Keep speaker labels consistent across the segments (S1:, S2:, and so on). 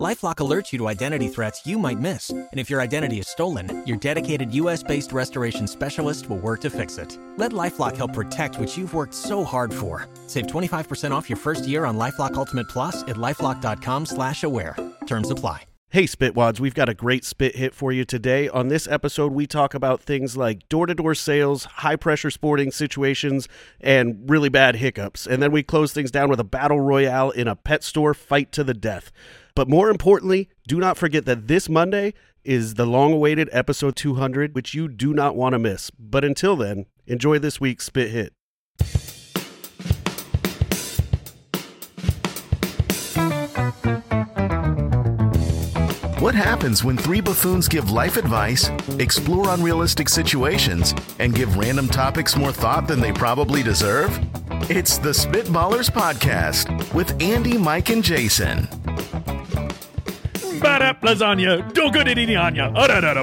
S1: LifeLock alerts you to identity threats you might miss, and if your identity is stolen, your dedicated U.S.-based restoration specialist will work to fix it. Let LifeLock help protect what you've worked so hard for. Save 25% off your first year on LifeLock Ultimate Plus at lifeLock.com/slash-aware. Terms apply.
S2: Hey, Spitwads, we've got a great spit hit for you today. On this episode, we talk about things like door to door sales, high pressure sporting situations, and really bad hiccups. And then we close things down with a battle royale in a pet store fight to the death. But more importantly, do not forget that this Monday is the long awaited episode 200, which you do not want to miss. But until then, enjoy this week's spit hit.
S3: What happens when three buffoons give life advice, explore unrealistic situations, and give random topics more thought than they probably deserve? It's the Spitballers Podcast with Andy, Mike, and Jason.
S4: Bad up lasagna. Do good at eating onion. Ah-da-da-da.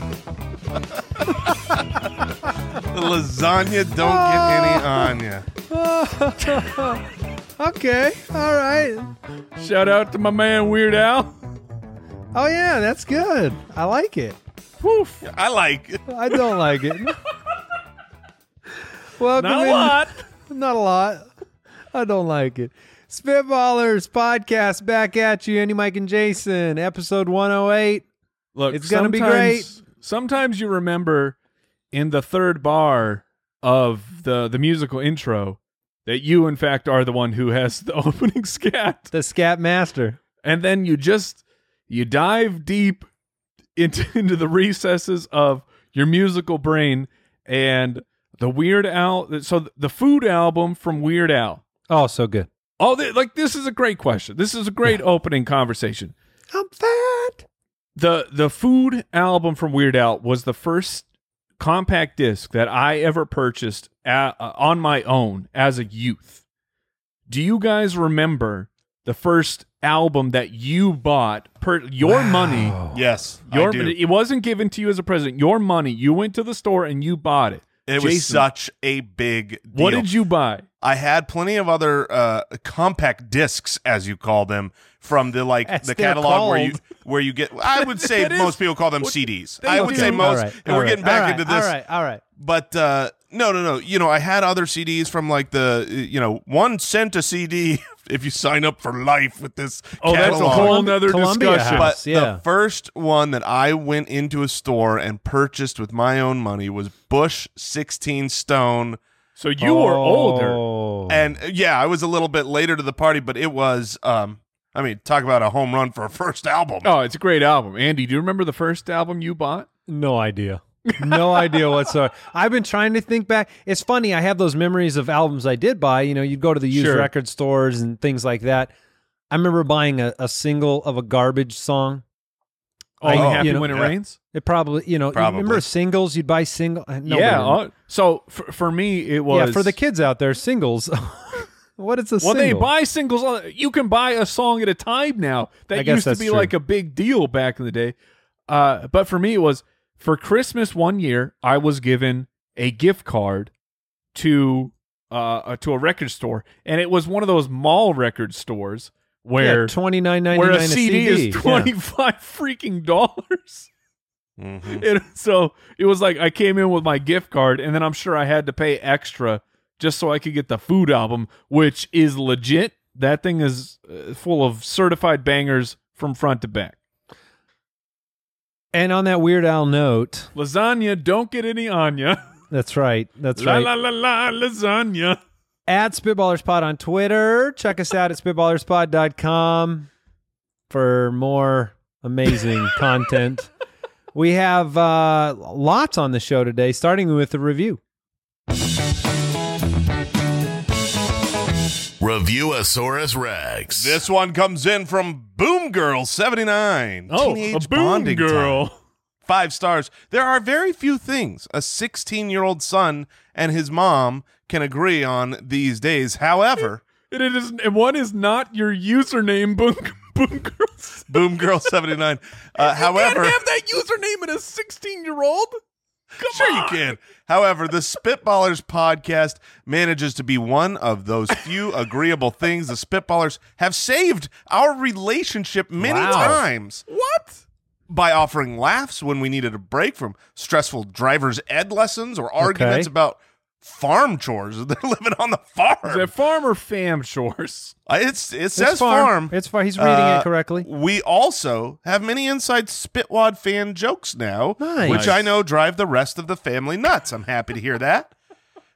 S5: The lasagna don't get any
S4: Ah.
S5: on ya.
S6: Okay, all right.
S4: Shout out to my man Weird Al.
S6: Oh yeah, that's good. I like it.
S4: Woof.
S5: I like it.
S6: I don't like it. Well,
S4: Not a lot.
S6: Not a lot. I don't like it. Spitballers podcast back at you, Andy, Mike, and Jason, episode one hundred and eight.
S4: Look,
S6: It's gonna be
S4: sometimes- Sometimes you remember in the third bar of the the musical intro that you, in fact, are the one who has the opening scat,
S6: The Scat Master.
S4: and then you just you dive deep into into the recesses of your musical brain and the Weird Al. So the food album from Weird Al.
S6: Oh, so good.
S4: Oh, th- like this is a great question. This is a great opening conversation.
S6: I'm fat.
S4: the The food album from Weird Al was the first compact disc that I ever purchased a- uh, on my own as a youth. Do you guys remember the first album that you bought per your money?
S5: Yes,
S4: Your
S5: I do.
S4: it wasn't given to you as a present. Your money. You went to the store and you bought it.
S5: It was
S4: Jason,
S5: such a big deal.
S4: What did you buy?
S5: I had plenty of other uh, compact discs, as you call them, from the like
S6: As
S5: the
S6: they're
S5: catalog where you
S6: called.
S5: where you get. I would say
S4: That is-
S5: most people call them
S4: what-
S5: CDs.
S4: they
S5: I would
S4: do.
S5: say
S4: Okay,
S5: most. and we're getting back into this.
S6: All right, all right.
S5: But uh, no, no, no. You know, I had other CDs from like the uh, you know one cent a CD if you sign up for life with this.
S4: Oh, that's a
S5: catalog.
S4: whole
S6: Colum-
S4: nother
S6: Columbia
S4: discussion.
S6: House.
S5: But
S6: yeah.
S5: the first one that I went into a store and purchased with my own money was Bush 16 Stone.
S4: So you were
S6: Oh.
S4: older.
S6: older.
S5: And uh, yeah, I was a little bit later to the party, but it was um I mean, talk about a home run for a first album.
S4: Oh, it's a great album. Andy, do you remember the first album you bought?
S6: No idea. no idea whatsoever. I've been trying to think back. It's funny, I have those memories of albums I did buy. You know, you'd go to the used
S4: Sure.
S6: record stores and things like that. I remember buying a, a single of a garbage song.
S4: All
S6: I-
S4: you
S5: Oh,
S4: happy
S6: you know,
S4: when it
S5: yeah.
S4: rains.
S6: It probably, you know, you remember
S5: Probably.
S6: singles? You'd buy single. No,
S4: yeah.
S6: wait a minute.
S4: uh, so for, for me, it was
S6: yeah. For the kids out there, singles. what is a
S4: Well,
S6: single?
S4: they buy singles. on- You can buy a song at a time now.
S6: I
S4: That
S6: guess
S4: used to
S6: that's
S4: be
S6: true.
S4: like a big deal back in the day. Uh, but for me, it was for Christmas one year. I was given a gift card to uh, uh, to a record store, and it was one of those mall record stores where
S6: twenty nine ninety
S4: where
S6: nine
S4: a CD, is
S6: Yeah.
S4: twenty five freaking dollars.
S5: Mhm.
S4: And so it was like I came in with my gift card, and then I'm sure I had to pay extra just so I could get the food album, which is legit. That thing is uh, full of certified bangers from front to back.
S6: And on that Weird Al note,
S4: Lasagna, don't get any Anya.
S6: that's right. That's
S4: la
S6: right.
S4: la la la lasagna.
S6: at SpitballersPod on Twitter. Check us out at SpitballersPod.com for more amazing content. We have uh, lots on the show today, starting with the review.
S3: Review Asaurus Rex.
S5: This one comes in from Boom Girl 79.
S4: Oh,
S5: Teenage
S4: a boom
S5: bonding time.
S4: girl.
S5: Five stars. There are very few things a 16 year old son and his mom can agree on these days. However,
S4: And It is, and one is not your username, boom, Boom Girls.
S5: Boom Girl 79. Uh, however,
S4: Can't have that username in a 16 year old. Come
S5: sure
S4: on.
S5: you can. However, the Spitballers podcast manages to be one of those few agreeable things the Spitballers have saved our relationship many
S6: Wow.
S5: times
S4: What?
S5: by offering laughs when we needed a break from stressful driver's ed lessons or arguments
S6: Okay.
S5: about farm chores. They're living on the
S4: Is
S5: farm.
S4: that farmer fam chores?
S5: Uh, It's it says
S6: it's
S5: farm.
S6: It's farm. He's reading
S5: Uh,
S6: it correctly.
S5: We also have many inside Spitwad fan jokes now,
S6: Nice.
S5: which I know drive the rest of the family nuts. I'm happy to hear that.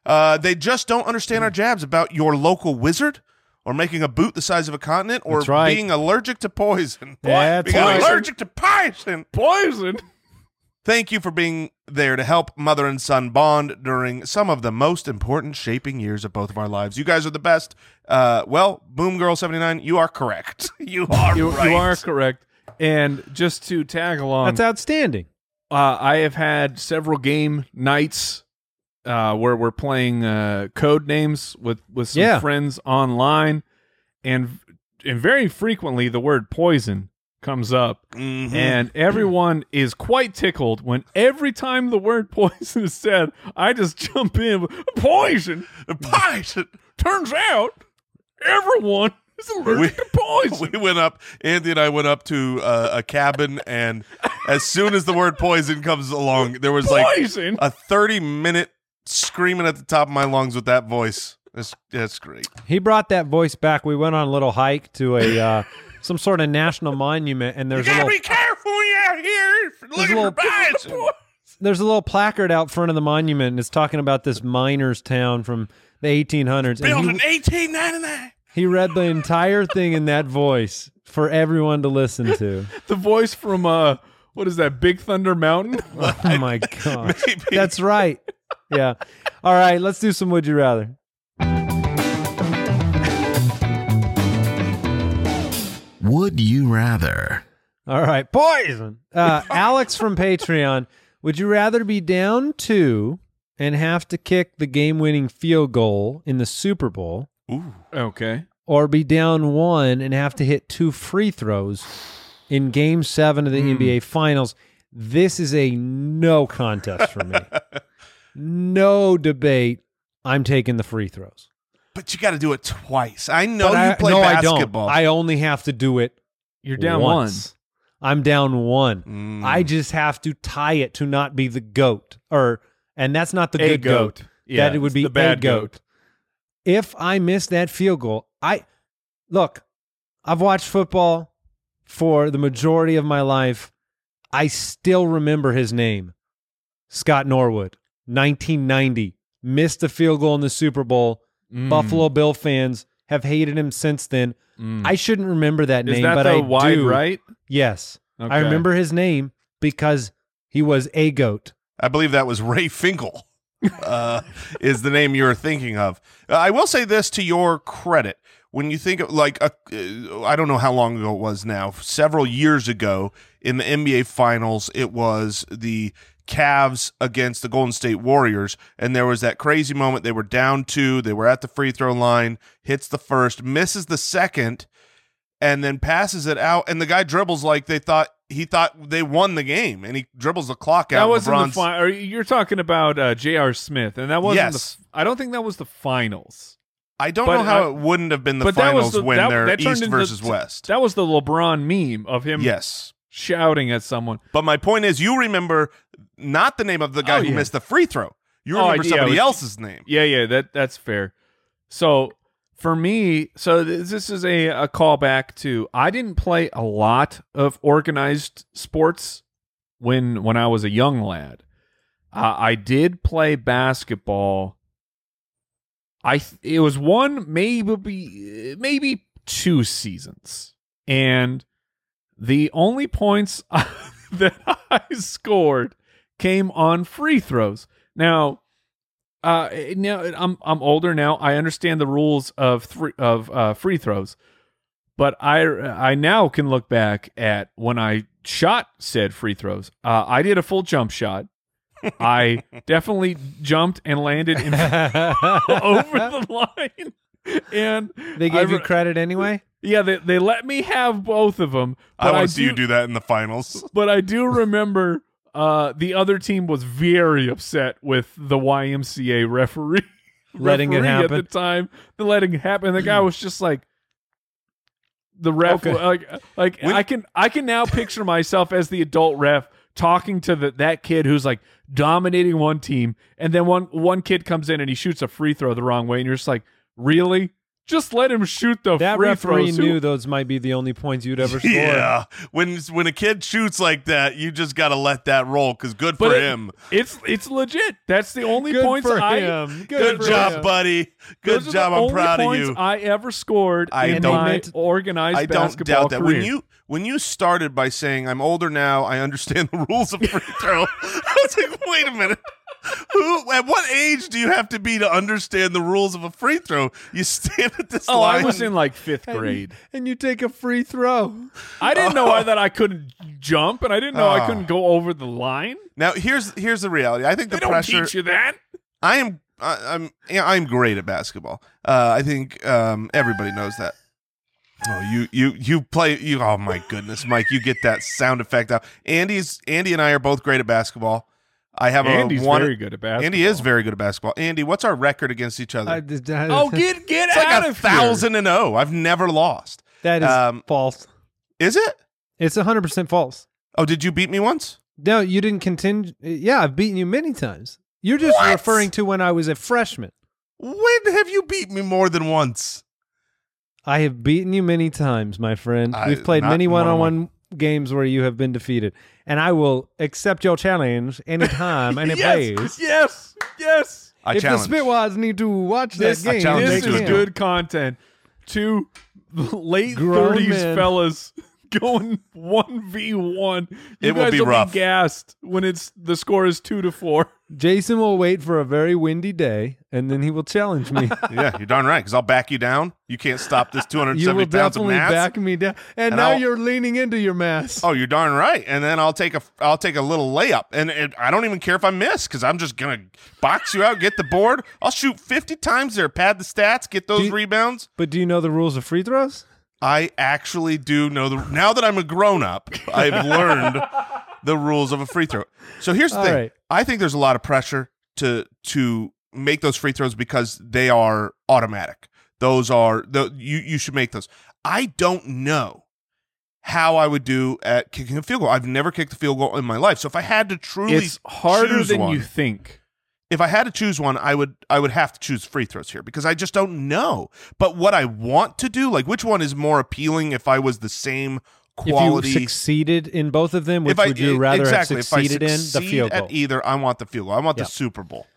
S5: Uh, they just don't understand our jabs about your local wizard or making a boot the size of a continent or
S6: That's right.
S5: being allergic to poison.
S6: Yeah,
S5: being
S6: poison.
S5: allergic to poison.
S4: Poison.
S5: Thank you for being there to help mother and son bond during some of the most important shaping years of both of our lives. You guys are the best. Uh, well, Boom Girl 79, you are correct. You are
S4: You,
S5: right.
S4: you are correct. And just to tag along,
S6: That's outstanding.
S4: uh, I have had several game nights uh, where we're playing uh, code names with with some
S6: Yeah.
S4: friends online, and and very frequently the word poison comes up,
S5: Mhm.
S4: and everyone is quite tickled when every time the word poison is said, I just jump in with, poison.
S5: Poison.
S4: Turns out everyone is allergic to poison.
S5: We went up. Andy and I went up to uh, a cabin, and as soon as the word poison comes along, there was like
S4: poison.
S5: a thirty-minute screaming at the top of my lungs with that voice. That's that's great.
S6: He brought that voice back. We went on a little hike to a uh, some sort of national monument, and there's a little
S5: careful out here
S6: looking for little-
S5: poison.
S6: there's a little placard out front of the monument, and it's talking about this miners' town from the 1800s. And he,
S5: eighteen ninety-nine.
S6: he read the entire thing in that voice for everyone to listen to.
S4: the voice from uh what is that big thunder mountain
S6: Oh my god,
S5: Maybe.
S6: that's right. Yeah. All right, let's do some would you rather.
S3: Would you rather?
S6: All right, poison. Uh, Alex from Patreon, would you rather be down two and have to kick the game-winning field goal in the Super Bowl,
S5: Ooh.
S4: okay
S6: or be down one and have to hit two free throws in Game Seven
S5: Hmm.
S6: of the NBA Finals? This is a no contest for me. no debate. I'm taking the free throws.
S5: But you got to do it twice. I know
S6: But
S5: you
S6: I-
S5: play
S6: no,
S5: basketball.
S6: I don't. I only have to do it.
S4: you're down
S6: once. I'm down one.
S5: Mm.
S6: I just have to tie it to not be the goat, or and that's not the
S4: one a
S6: good goat.
S4: goat yeah
S6: that it
S4: it's
S6: would be
S4: the bad
S6: a goat. If I miss that field goal, I look. I've watched football for the majority of my life. I still remember his name, Scott Norwood, 1990. Missed the field goal in the Super Bowl.
S4: Mm,
S6: Buffalo Bill fans have hated him since then.
S4: mm.
S6: I shouldn't remember that
S4: is
S6: name,
S4: that
S6: but
S4: the
S6: I
S4: wide
S6: do.
S4: right
S6: Yes. I
S4: Okay.
S6: remember his name because he was a goat.
S5: I believe that was Ray Finkel, uh, is the name you were thinking of. Uh, I will say this to your credit. When you think of like, a, uh, I don't know how long ago it was now, several years ago in the NBA Finals, it was the Cavs against the Golden State Warriors. And there was that crazy moment. They were down two, they were at the free throw line, hits the first, misses the second, and then passes it out. And the guy dribbles like they thought. He thought they won the game, and he dribbles the clock out.
S4: that wasn't
S5: LeBron's-
S4: the final you're talking about uh J.R. smith and that wasn't
S5: Yes.
S4: the i don't think that was the finals
S5: I don't
S4: But
S5: know how
S4: I-
S5: it wouldn't have been the
S4: but that was
S5: finals
S4: the,
S5: when
S4: that,
S5: they're
S4: that turned
S5: East
S4: into-
S5: versus West.
S4: that was the lebron meme of him
S5: yes.
S4: shouting at someone
S5: But my point is, you remember not the name of the guy
S4: Oh,
S5: who
S4: yeah.
S5: missed the free throw. You
S4: Oh, I
S5: remember
S4: do, yeah,
S5: somebody
S4: it was-
S5: else's name.
S4: Yeah, yeah, that that's fair. So for me, so th- this is a, a callback to I didn't play a lot of organized sports when when I was a young lad. Uh, I did play basketball. I th- it was one maybe maybe two seasons, and the only points that I scored came on free throws. Now uh now i'm i'm older now i understand the rules of three of uh free throws but i i now can look back at when i shot said free throws uh i did a full jump shot i definitely jumped and landed in, over the line and
S6: They
S4: I
S6: gave you
S4: re-
S6: credit anyway?
S4: Yeah, they, they let me have both of them.
S5: I want to see you do that in the finals.
S4: But I do remember uh, the other team was very upset with the YMCA referee,
S6: Letting it
S4: referee
S6: happen.
S4: at the time. The letting it happen. The guy was just like the ref.
S6: Okay.
S4: Like, like
S5: When-
S4: I can I can now picture myself as the adult ref talking to the, that kid who's like dominating one team, and then one one kid comes in and he shoots a free throw the wrong way, and you're just like, really? Just let him shoot the
S6: That
S4: free
S6: referee
S4: throws. Who-
S6: knew those might be the only points you'd ever score.
S5: Yeah, when when a kid shoots like that, you just got to let that roll because good for
S4: it-
S5: him.
S4: It's it's legit. That's the only
S6: Good
S4: points
S6: for
S4: I
S6: him.
S5: Good,
S6: Good, for
S5: job,
S6: him.
S5: buddy. Good
S4: Those are
S5: job.
S4: the
S5: I'm
S4: only
S5: proud of
S4: points
S5: you.
S4: I ever scored
S5: I
S4: in
S5: don't-
S4: my
S6: And they-
S4: organized
S5: I don't
S4: basketball
S5: doubt that.
S4: career.
S5: When you when you started by saying I'm older now, I understand the rules of free throw. I was like, wait a minute. Who at what age do you have to be to understand the rules of a free throw? You stand at this
S4: oh,
S5: line.
S4: I was in like fifth grade.
S6: And you take a free throw.
S4: I didn't know I- that I couldn't jump, and I didn't know I
S5: Oh.
S4: couldn't go over the line.
S5: now here's here's the reality. I think
S4: They
S5: the
S4: don't
S5: pressure
S4: teach you that.
S5: I am I, I'm yeah, I'm great at basketball. Uh, I think um, everybody knows that. Oh, you you you play you. Oh my goodness, Mike, you get that sound effect out. Andy's Andy and I are both great at basketball. I have
S4: Andy's
S5: a one.
S4: very good at basketball.
S5: Andy is very good at basketball. Andy, what's our record against each other?
S6: I did- I-
S4: Oh, get get
S5: it's
S4: out
S5: like a
S4: of here.
S5: thousand and oh. I've never lost.
S6: that is
S5: um,
S6: false.
S5: Is it?
S6: It's 100% false.
S5: Oh, did you beat me once?
S6: No, you didn't contend. Yeah, I've beaten you many times. You're just
S5: What?
S6: referring to when I was a freshman.
S5: When have you beat me more than once?
S6: I have beaten you many times, my friend.
S5: I-
S6: We've played
S5: not
S6: many one on
S5: one-on-one.
S6: one games where you have been defeated, and I will accept your challenge anytime, any
S4: Yes,
S6: place.
S4: yes, yes.
S5: I
S6: if
S5: challenge.
S6: the Spitwise need to watch
S4: This,
S6: that game,
S5: challenge
S6: they
S4: this
S5: you to
S4: is
S5: a
S6: can.
S5: duel.
S4: good content. Two late
S6: Grown
S4: thirties
S6: men.
S4: fellas going one v one. You
S5: It will
S4: guys
S5: be
S4: will
S5: rough.
S4: be gassed when it's the score is two to four.
S6: Jason will wait for a very windy day, and then he will challenge me.
S5: yeah, you're darn right. Because I'll back you down. You can't stop this 270
S6: you will
S5: pounds of
S6: definitely
S5: mass.
S6: back me down, and,
S5: And
S6: now
S5: I'll-
S6: you're leaning into your mass.
S5: Oh, you're darn right. And then I'll take a I'll take a little layup, and, and I don't even care if I miss because I'm just gonna box you out, get the board. I'll shoot 50 times there, pad the stats, get those
S6: Do you-
S5: rebounds.
S6: But do you know the rules of free throws?
S5: I actually do know the now that I'm a grown up, I've learned the rules of a free throw. So here's the
S6: All
S5: thing:
S6: right.
S5: I think there's a lot of pressure to to make those free throws because they are automatic. Those are the you you should make those. I don't know how I would do at kicking a field goal. I've never kicked a field goal in my life. So if I had to truly
S4: It's harder
S5: choose
S4: than
S5: one,
S4: you think.
S5: if I had to choose one, I would I would have to choose free throws here because I just don't know. But what I want to do, like which one is more appealing if I was the same quality
S6: If you succeeded in both of them, which
S5: if I-
S6: would you rather
S5: exactly,
S6: have
S5: if I
S6: succeeded in? The
S5: succeed
S6: field goal.
S5: at either, I want the field goal. I want
S6: Yeah.
S5: the Super Bowl.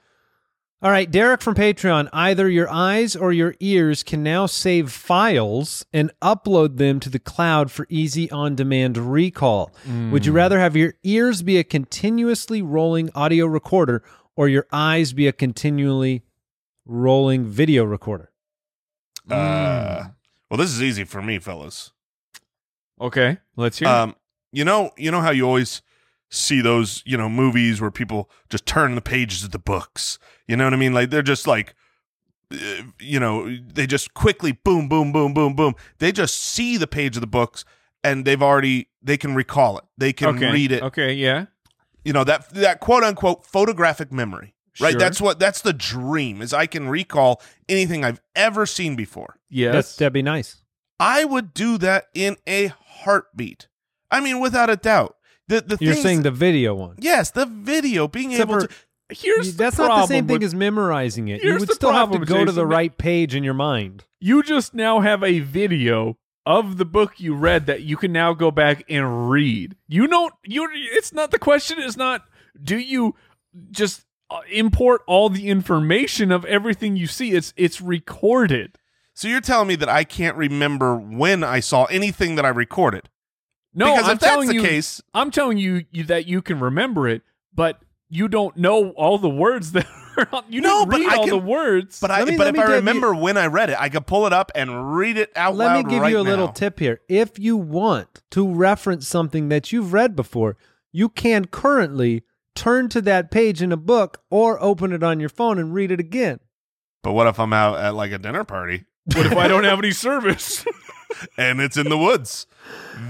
S6: All right, Derek from Patreon. Either your eyes or your ears can now save files and upload them to the cloud for easy on demand recall. Would you rather have your ears be a continuously rolling audio recorder or your eyes be a continually rolling video recorder?
S5: Uh, well, this is easy for me, fellas.
S4: Okay, let's hear.
S5: Um, you know, you know how you always see those, you know, movies where people just turn the pages of the books. You know what I mean? Like they're just like, uh, you know, they just quickly boom, boom, boom, boom, boom. They just see the page of the books and they've already they can recall it. They
S4: it.
S5: can
S4: okay.
S5: read it.
S4: Okay, yeah.
S5: You know that that quote unquote photographic memory. Right.
S4: Sure.
S5: That's what that's the dream is I can recall anything I've ever seen before.
S6: That's,
S4: Yes.
S6: that'd be nice.
S5: I would do that in a heartbeat. I mean, without a doubt. The the
S6: You're
S5: things-
S6: saying the video one.
S5: Yes, the video being
S6: Except
S5: able
S6: for-
S5: to.
S4: Here's the
S6: That's not the same
S4: problem
S6: thing
S4: with-
S6: as memorizing it. You
S4: Here's
S6: would
S4: the
S6: still have to
S4: problem,
S6: go to the
S4: Jason.
S6: right page in your mind.
S4: you just now have a video of the book you read that you can now go back and read. You don't you it's not the question is not do you just uh, import all the information of everything you see it's it's recorded.
S5: So you're telling me that I can't remember when I saw anything that I recorded?
S4: No,
S5: because
S4: I'm
S5: if that's
S4: telling
S5: the
S4: you
S5: case,
S4: I'm telling you, you that you can remember it, but you don't know all the words that are on, you
S5: No,
S4: didn't
S5: but
S4: read
S5: I
S4: all
S5: can-
S4: the words.
S5: but I
S6: Let me-
S5: but
S6: let
S5: if
S6: me give
S5: I
S6: you-
S5: remember when I read it, I could pull it up and read it out
S6: Let
S5: loud.
S6: me give
S5: right
S6: you a
S5: now.
S6: little tip here. If you want to reference something that you've read before, you can currently turn to that page in a book or open it on your phone and read it again.
S5: But what if I'm out at like a dinner party?
S4: what if I don't have any service?
S5: and it's in the woods.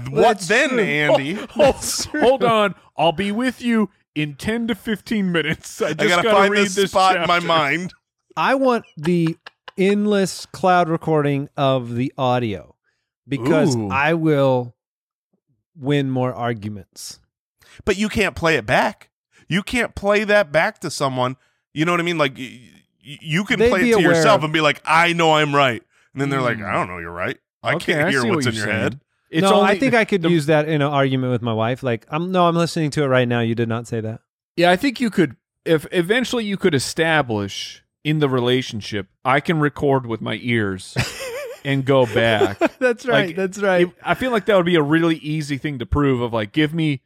S5: what
S6: That's
S5: then,
S6: true.
S5: Andy?
S4: Hold, hold on. I'll be with you in 10 to 15 minutes. I just
S5: I gotta,
S4: gotta
S5: find
S4: read
S5: this, spot in my
S4: chapter.
S5: mind.
S6: I want the endless cloud recording of the audio because
S4: Ooh.
S6: I will win more arguments.
S5: But you can't play it back. You can't play that back to someone. You know what I mean? Like y- y- you can
S6: They'd
S5: play
S6: be
S5: it to
S6: aware. Hmm.
S5: yourself and be like, "I know I'm right," and then they're like,
S4: Mm.
S5: "I don't know, you're right. I
S4: Okay,
S5: can't hear
S4: see
S5: what's
S4: what
S5: in
S4: you're
S5: your
S4: saying.
S5: head."
S4: It's
S6: no,
S4: only,
S6: I think I could
S4: the-
S6: use that in an argument with my wife. Like, I'm no, I'm listening to it right now. You did not say that.
S4: Yeah, I think you could if eventually you could establish in the relationship, I can record with my ears and go back.
S6: That's
S4: right, Like,
S6: that's
S4: It- I feel like that would be a really easy thing to prove of like give me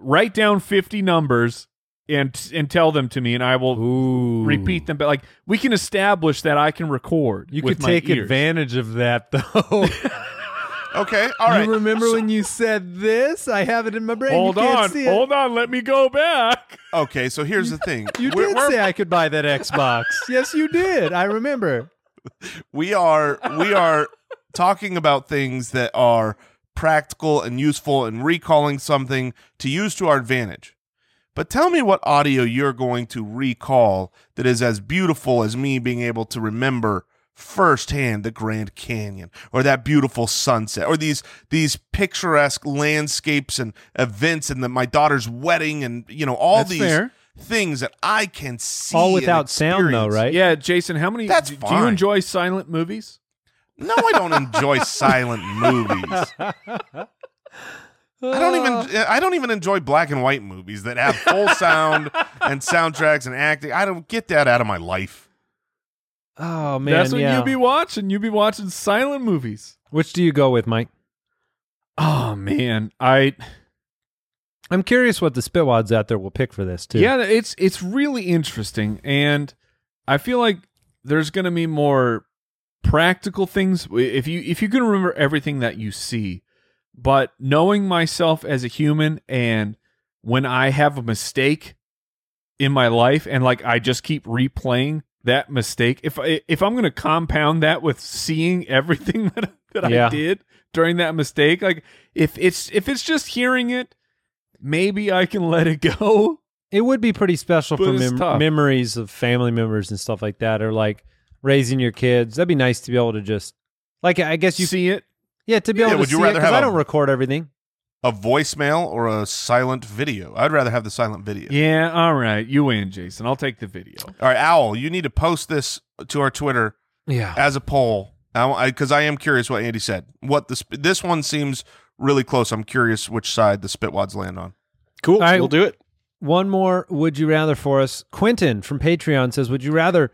S4: write down 50 numbers and and tell them to me and I will
S6: Ooh.
S4: repeat them but like we can establish that I can record
S6: You
S4: with
S6: could
S4: my
S6: take
S4: ears.
S6: advantage of that though.
S5: Okay, all right.
S6: You remember when you said this? I have it in my brain.
S4: Hold
S6: you can't
S4: on.
S6: see it.
S4: Hold on, let me go back.
S5: okay, so here's the thing.
S6: You
S5: We're-
S6: did
S5: we're-
S6: say I could buy that Xbox. yes, you did. I remember.
S5: we are we are talking about things that are practical and useful and recalling something to use to our advantage. But tell me what audio you're going to recall that is as beautiful as me being able to remember firsthand the Grand Canyon or that beautiful sunset or these these picturesque landscapes and events and the, my daughter's wedding and you know all
S4: That's
S5: these
S4: fair.
S5: things that I can see
S6: All
S5: and
S6: without sound though,
S5: experience.
S6: right?
S4: Yeah, Jason, how many
S5: That's
S4: do, do you
S5: fine.
S4: enjoy silent movies?
S5: No, I don't enjoy silent movies. I don't even
S6: Uh.
S5: I don't even enjoy black and white movies that have full sound and soundtracks and acting. I don't get that out of my life.
S6: Oh man,
S4: That's what
S6: yeah.
S4: you be watching. You be watching silent movies.
S6: Which do you go with, Mike?
S4: Oh man, I
S6: I'm curious what the spitwads out there will pick for this too.
S4: yeah, it's it's really interesting, and I feel like there's going to be more practical things if you if you can remember everything that you see, but knowing myself as a human and when I have a mistake in my life and like I just keep replaying that mistake, if I, if I'm going to compound that with seeing everything that that I
S6: Yeah.
S4: did during that mistake, like if it's if it's just hearing it maybe I can let it go.
S6: It would be pretty special
S4: But
S6: for
S4: it's tough.
S6: mem- memories of family members and stuff like that, or like raising your kids. That'd be nice to be able to just, like, I guess
S4: You
S6: you,
S4: see it?
S6: yeah, to be
S5: Yeah,
S6: able
S5: would
S6: to
S5: you
S6: see it
S5: rather
S6: because
S5: have
S6: I
S5: a-
S6: don't record everything.
S5: A voicemail or a silent video. I'd rather have the silent video.
S4: Yeah, all right. You win, Jason. I'll take the video.
S5: All right, Owl, you need to post this to our Twitter
S6: Yeah,
S5: as a poll. Because I, am curious what Andy said. What the sp- this one seems really close. I'm curious which side the Spitwads land on.
S2: Cool.
S6: I-
S2: we'll do it.
S6: One more would you rather for us. Quentin from Patreon says, Would you rather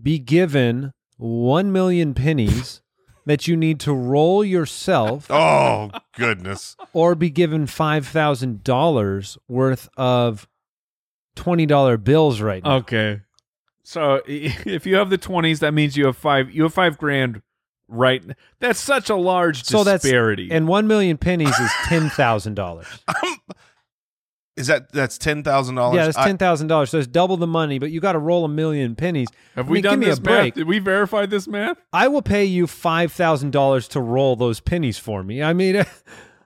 S6: be given 1 million pennies that you need to roll yourself
S5: Oh goodness!
S6: or be given $5,000 worth of $20 bills right now?
S4: Okay. So if you have the twenties, that means you have five. You have five grand, right? That's such a large
S6: So that's-
S4: disparity.
S6: And 1 million pennies is $10,000.
S5: Is that that's ten thousand
S4: Oh,
S5: dollars?
S6: yeah, that's $10,000. So it's double the money, but you got to roll a million pennies.
S4: have
S6: I
S4: we
S6: mean,
S4: done
S6: give me a
S4: this math?
S6: break.
S4: Did we verify this math?
S6: I will pay you $5,000 to roll those pennies for me. I mean,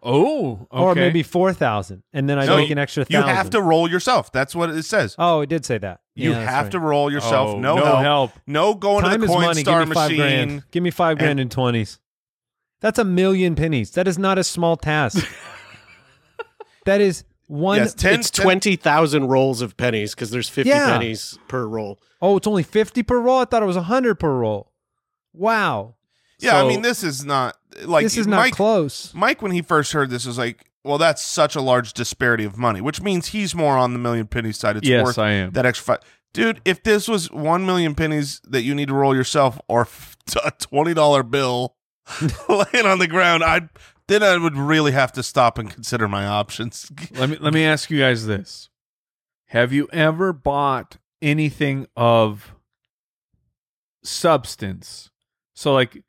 S4: Oh, okay.
S6: or maybe 4000 and then I
S5: No,
S6: make an extra 1000
S5: You have to roll yourself. That's what it says.
S6: Oh, it did say that.
S5: You
S6: Yeah, that's
S5: have
S6: right.
S5: to roll yourself.
S4: Oh,
S5: no,
S4: no
S5: help.
S4: help.
S5: No going
S6: Time
S5: to
S6: is
S5: the
S6: money. Give
S5: Coinstar
S6: me five
S5: machine.
S6: grand. Give me five grand in twenties. That's a million pennies. That is not a small task. that is one oh
S5: Yes, 10,
S2: it's twenty thousand rolls of pennies because there's fifty
S6: Yeah.
S2: pennies per roll.
S6: Oh, it's only fifty per roll. I thought it was hundred per roll. Wow,
S5: Yeah, I
S4: So-
S5: mean, this is not like
S6: this is not
S5: Mike,
S6: close.
S5: Mike, when he first heard this, was like, "Well, that's such a large disparity of money," which means he's more on the million penny side. It's
S4: yes,
S5: worth
S4: I am.
S5: that extra five. Dude, if this was one million pennies that you need to roll yourself, or f- a twenty dollar bill laying on the ground, I then I would really have to stop and consider my options.
S4: let me let me ask you guys this: Have you ever bought anything of substance? So, like,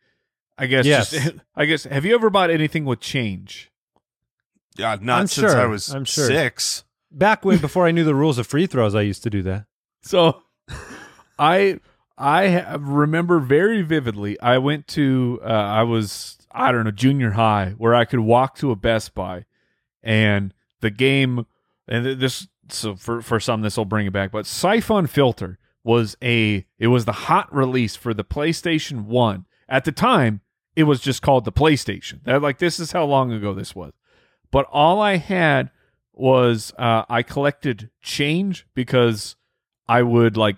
S4: I guess,
S6: Yes.
S4: just- I guess, have you ever bought anything with change?
S5: God, not
S6: I'm
S5: since
S6: sure.
S5: I was
S6: I'm sure.
S5: six.
S6: Back when before I knew the rules of free throws, I used to do that.
S4: So, I I have, remember very vividly. I went to uh, I was I don't know, junior high, where I could walk to a Best Buy and the game, and th- this, so for, for some, this will bring it back, but Siphon Filter was a, it was the hot release for the PlayStation 1. At the time, it was just called the PlayStation. That, like, this is how long ago this was. But all I had was uh, I collected change because I would like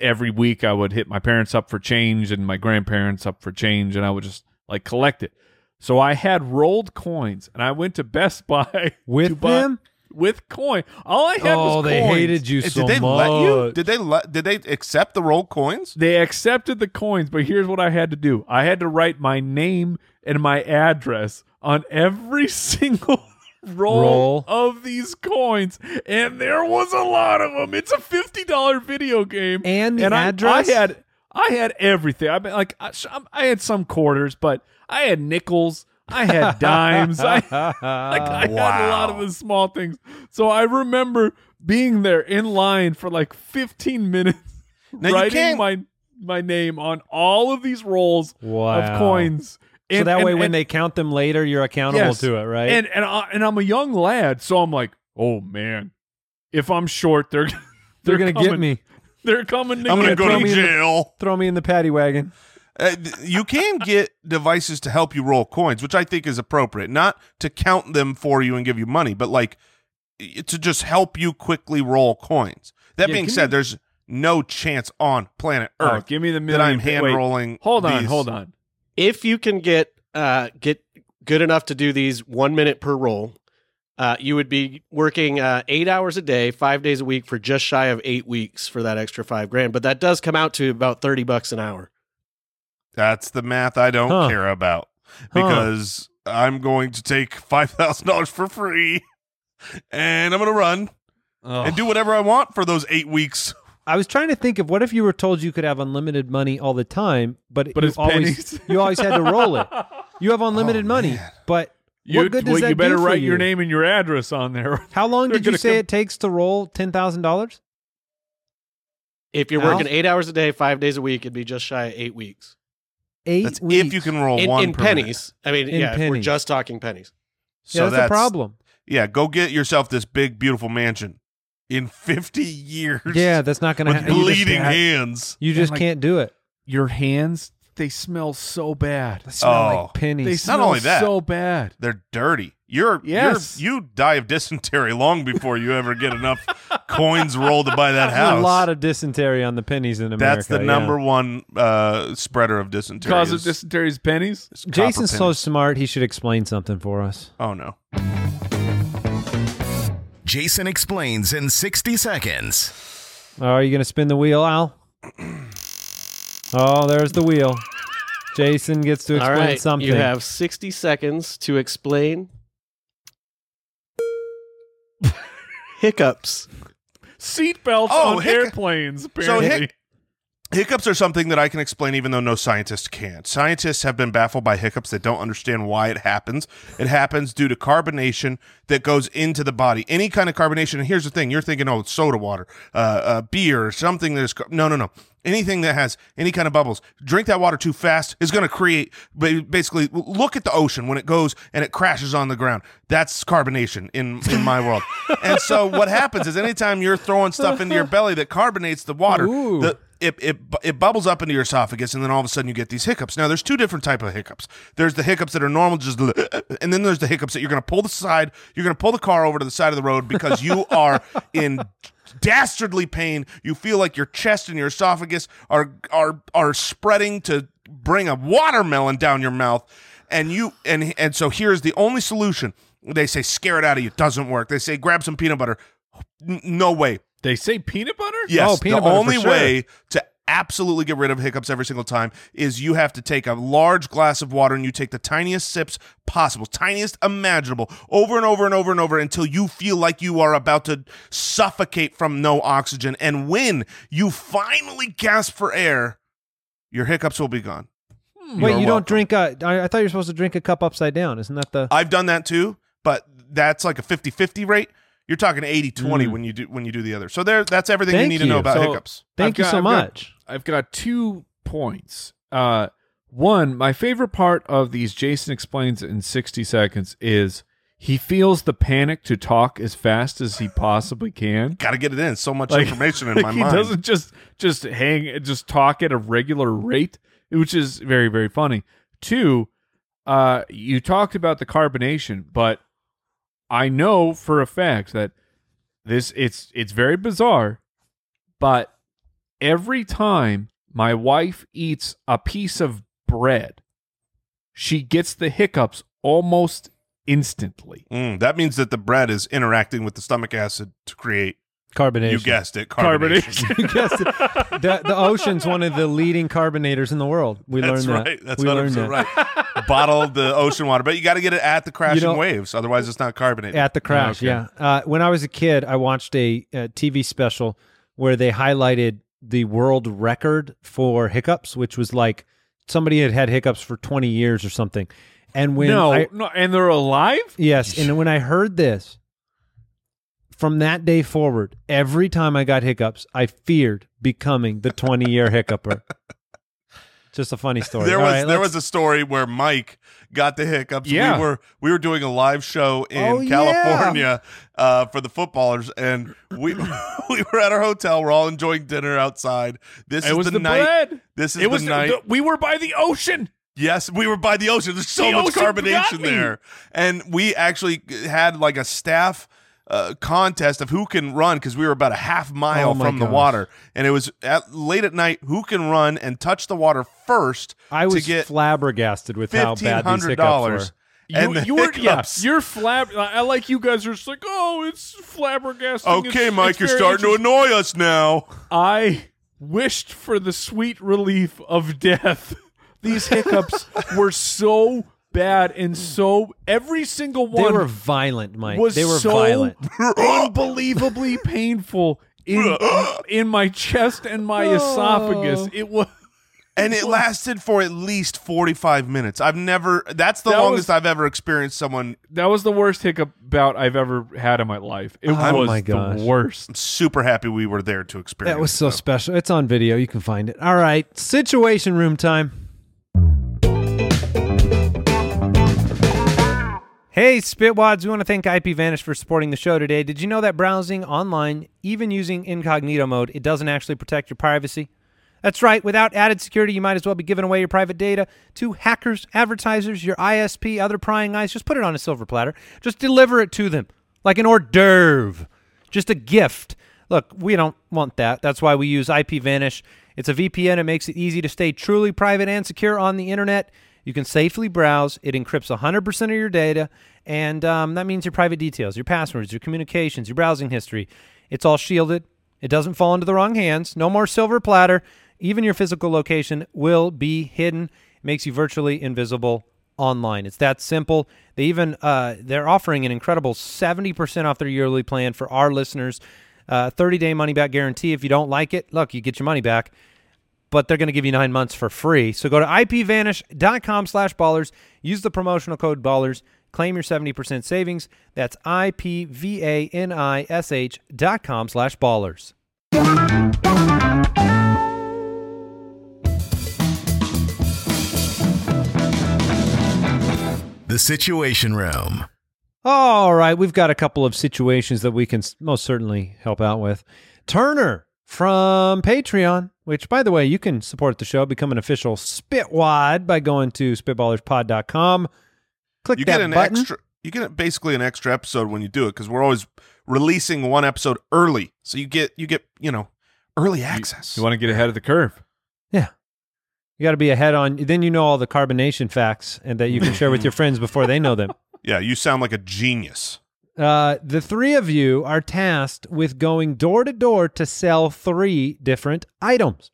S4: every week I would hit my parents up for change and my grandparents up for change and I would just like collect it. So I had rolled coins and I went to Best Buy to
S6: with
S4: buy-
S6: them.
S4: with coin. All I had
S6: oh,
S4: was
S6: they
S4: coins.
S6: hated you so
S5: did they
S6: much.
S5: let you? Did they let? Did they accept the roll coins?
S4: They accepted the coins, but here's what I had to do. I had to write my name and my address on every single roll,
S6: Roll.
S4: of these coins, and there was a lot of them. It's a fifty dollar video game,
S6: And the
S4: I-
S6: address?
S4: I, had I had everything. I mean, like I, I had some quarters, but I had nickels, I had dimes, I like I had a lot of the small things. So I remember being there in line for like 15 minutes,
S5: Now, you
S4: writing
S5: can't-
S4: my my name on all of these rolls
S6: wow.
S4: of coins.
S6: So that way, when
S4: and-
S6: they count them later, you're accountable
S4: Yes.
S6: to it, right?
S4: and and I, and I'm a young lad, so I'm like, oh man, if I'm short, they're they're,
S6: they're gonna
S4: coming,
S6: get me.
S4: They're coming. To
S5: I'm gonna
S4: get
S5: go
S4: me.
S5: to
S6: in the-
S5: jail.
S6: Throw me in the paddy wagon.
S5: Uh, th- you can get devices to help you roll coins, which I think is appropriate. Not to count them for you and give you money, but like i- to just help you quickly roll coins. That
S4: Yeah,
S5: being
S4: give
S5: said,
S4: me-
S5: there's no chance on planet
S4: Oh,
S5: Earth
S4: give me the million.
S5: that I'm hand
S4: wait,
S5: rolling.
S4: Hold on,
S5: these.
S4: hold on.
S7: if you can get uh, get good enough to do these one minute per roll, uh, you would be working uh, eight hours a day, five days a week for just shy of eight weeks for that extra five grand. But that does come out to about thirty bucks an hour.
S5: That's the math I don't
S6: Huh.
S5: care about because I'm going to take five thousand dollars for free, and I'm going to run and do whatever I want for those eight weeks.
S6: I was trying to think of what if you were told you could have unlimited money all the time, but,
S4: But
S6: you
S4: it's
S6: always
S4: pennies.
S6: you always had to roll it. You have unlimited
S5: Oh,
S6: money,
S5: man.
S6: but
S4: You,
S6: what good does
S4: well,
S6: that
S4: you better
S6: do for
S4: write your
S6: you?
S4: name and your address on there.
S6: how long
S4: They're
S6: did you
S4: gonna
S6: say
S4: come-
S6: it takes to roll ten thousand dollars?
S7: If you're
S6: Al?
S7: working eight hours a day, five days a week, it'd be just shy of eight weeks
S6: Eight
S5: That's
S6: weeks.
S5: if you can roll
S7: in,
S5: Oh, one
S7: in
S5: per minute.
S7: pennies. I mean,
S6: In
S7: yeah, if we're
S6: pennies.
S7: just talking pennies.
S5: So
S6: Yeah, that's, a problem.
S5: Yeah, go get yourself this big, beautiful mansion in 50 years.
S6: Yeah, that's not going to
S5: with
S6: happen. You
S5: bleeding
S6: just,
S5: hands.
S6: you just
S4: And, like,
S6: can't do it.
S4: your hands they smell so bad.
S6: They smell
S5: Oh.
S6: like pennies.
S4: They smell
S5: only that.
S4: so bad.
S5: They're dirty. You're,
S4: Yes.
S5: you're you die of dysentery long before you ever get enough coins rolled to buy that
S6: There's
S5: house.
S6: a lot of dysentery on the pennies in America.
S5: That's the
S6: yeah.
S5: number one uh, spreader of dysentery.
S4: Cause of
S5: is
S4: dysentery's pennies.
S5: copper
S6: Jason's so
S5: pennies.
S6: smart; he should explain something for us.
S5: Oh no.
S3: Jason explains in 60 seconds.
S6: Oh, Are you going to spin the wheel, Al? Oh, there's the wheel. Jason gets to explain
S7: All right,
S6: something.
S7: you have sixty seconds to explain hiccups.
S4: Seatbelts
S5: Oh,
S4: on
S5: hic-
S4: airplanes.
S5: So
S4: Apparently,
S5: hic- hiccups are something that I can explain, even though no scientist can. Scientists have been baffled by hiccups that don't understand why it happens. It happens due to carbonation that goes into the body. Any kind of carbonation. And here's the thing: you're thinking, oh, it's soda water, uh, uh, beer, or something that is car- no, no, no. Anything that has any kind of bubbles, drink that water too fast is going to create. ba- Basically, look at the ocean when it goes and it crashes on the ground. That's carbonation in in my world. And so what happens is anytime you're throwing stuff into your belly that carbonates the water,
S6: Ooh.
S5: the it, it it bubbles up into your esophagus and then all of a sudden you get these hiccups. Now there's two different type of hiccups. There's the hiccups that are normal, just and then there's the hiccups that you're gonna pull the side, you're gonna pull the car over to the side of the road because you are in dastardly pain. You feel like your chest and your esophagus are are are spreading to bring a watermelon down your mouth, and you and and so here's the only solution. They say scare it out of you. Doesn't work. They say grab some peanut butter. N- no way.
S4: they say peanut butter.
S5: Yes,
S6: Oh, peanut
S5: the
S6: butter for
S5: only
S6: sure.
S5: way to absolutely get rid of hiccups every single time is you have to take a large glass of water and you take the tiniest sips possible, tiniest imaginable, over and over and over and over until you feel like you are about to suffocate from no oxygen. And when you finally gasp for air, your hiccups will be gone.
S6: Hmm. Wait,
S5: You're welcome.
S6: you don't drink a? I, I thought you were supposed to drink a cup upside down. Isn't that the?
S5: I've done that too, but that's like a 50-50 rate. You're talking 80-20 when you do when you do the other. So there that's everything you
S6: Hmm. Thank
S5: need to
S6: you.
S5: know about
S4: So-
S5: hiccups.
S6: Thank
S4: I've
S6: you
S4: got-
S6: so
S4: I've got-
S6: much.
S4: I've got two points. Uh, One, my favorite part of these Jason explains in 60 seconds is he feels the panic to talk as fast as he possibly can.
S5: Got to get it in. So much
S4: Like-
S5: information in
S4: Like,
S5: my
S4: he
S5: mind.
S4: doesn't just just hang just talk at a regular rate, which is very very funny. Two, uh, you talked about the carbonation, but I know for a fact that this it's it's very bizarre, but every time my wife eats a piece of bread, she gets the hiccups almost instantly.
S5: Mm, that means that the bread is interacting with the stomach acid to create.
S6: Carbonation.
S5: You guessed it, carbonation.
S4: Carbonation.
S6: You guessed it. The, the ocean's one of the leading carbonators in the world. We
S5: That's
S6: learned
S5: right.
S6: that.
S5: That's
S6: we
S5: what
S6: learned
S5: I'm
S6: that
S5: right. Bottle the ocean water, but you got to get it at the crashing
S6: know-
S5: waves. Otherwise, it's not carbonated.
S6: at the crash.
S4: Okay.
S6: Yeah. Uh, when I was a kid, I watched a, uh TV special where they highlighted the world record for hiccups, which was like somebody had had hiccups for 20 years or something. And when
S4: no,
S6: I,
S4: no, and they're alive.
S6: Yes, and when I heard this, from that day forward, every time I got hiccups, I feared becoming the twenty-year hiccuper. Just a funny story.
S5: There
S6: All
S5: was
S6: right,
S5: there
S6: let's-
S5: was a story where Mike got the hiccups.
S4: Yeah.
S5: We were we were doing a live show in
S6: Oh, yeah.
S5: California uh, for the footballers, and we we were at our hotel. We're all enjoying dinner outside. This is
S4: It was
S5: the,
S4: the,
S5: night.
S4: bread.
S5: This is
S4: It
S5: the
S4: was the-
S5: night.
S4: the- we were by the ocean.
S5: Yes, we were by the ocean. There's so
S4: The
S5: much
S4: ocean got
S5: carbonation
S4: me.
S5: there. And we actually had like a staff uh, contest of who can run because we were about a half mile
S6: Oh my
S5: from
S6: gosh.
S5: the water. And it was at, late at night who can run and touch the water first
S6: I was
S5: to get
S6: flabbergasted with how bad these hiccups were.
S5: $1,500. And
S4: You,
S5: the
S4: you were yeah,
S5: hiccups.
S4: you're flab. I I like you guys are just like, oh, it's flabbergasting.
S5: okay,
S4: It's-
S5: Mike,
S4: it's
S5: you're
S4: very
S5: starting to
S4: interesting."
S5: annoy us now.
S4: I wished for the sweet relief of death. These hiccups were so bad and so every single
S6: They
S4: one
S6: were violent, Mike.
S4: was
S6: they were
S4: so
S6: violent.
S4: unbelievably painful in in my chest and my
S6: Oh.
S4: esophagus. It was.
S5: And it lasted for at least 45 minutes. I've never, that's the
S4: That
S5: longest
S4: was-
S5: I've ever experienced someone
S4: That was the worst hiccup bout I've ever had in my life. It
S6: Oh
S4: was
S6: my gosh.
S4: the worst.
S5: super happy we were there to experience.
S6: That was so special. It's on video. You can find it. All right, situation room time. Hey, Spitwads, we want to thank IP Vanish for supporting the show today. Did you know that browsing online, even using incognito mode, it doesn't actually protect your privacy? That's right. Without added security, you might as well be giving away your private data to hackers, advertisers, your ISP, other prying eyes. Just put it on a silver platter. Just deliver it to them like an hors d'oeuvre, just a gift. Look, we don't want that. That's why we use IPVanish. It's a VPN. It makes it easy to stay truly private and secure on the internet. You can safely browse. It encrypts 100% of your data, and um, that means your private details, your passwords, your communications, your browsing history. It's all shielded. It doesn't fall into the wrong hands. No more silver platter. Even your physical location will be hidden. It makes you virtually invisible online. It's that simple. They even uh, they're offering an incredible 70% off their yearly plan for our listeners. Uh, 30-day money-back guarantee. If you don't like it, look, you get your money back but they're going to give you nine months for free. So go to ipvanish.com slash ballers, use the promotional code ballers, claim your 70% savings. That's ipvanish dot com slash ballers.
S3: The Situation Room.
S6: All right, we've got a couple of situations that we can s- most certainly help out with. Turner from Patreon, which, by the way, you can support the show, become an official Spitwad by going to spitballerspod.com. Click
S5: you
S6: that
S5: get an
S6: button.
S5: extra you get basically an extra episode when you do it because we're always releasing one episode early so you get you get you know early access
S4: You want to get ahead of the curve.
S6: You got to be ahead on. Then you know all the carbonation facts, and that you can share with your friends before they know them.
S5: yeah you sound like a genius
S6: Uh, the three of you are tasked with going door to door to sell three different items.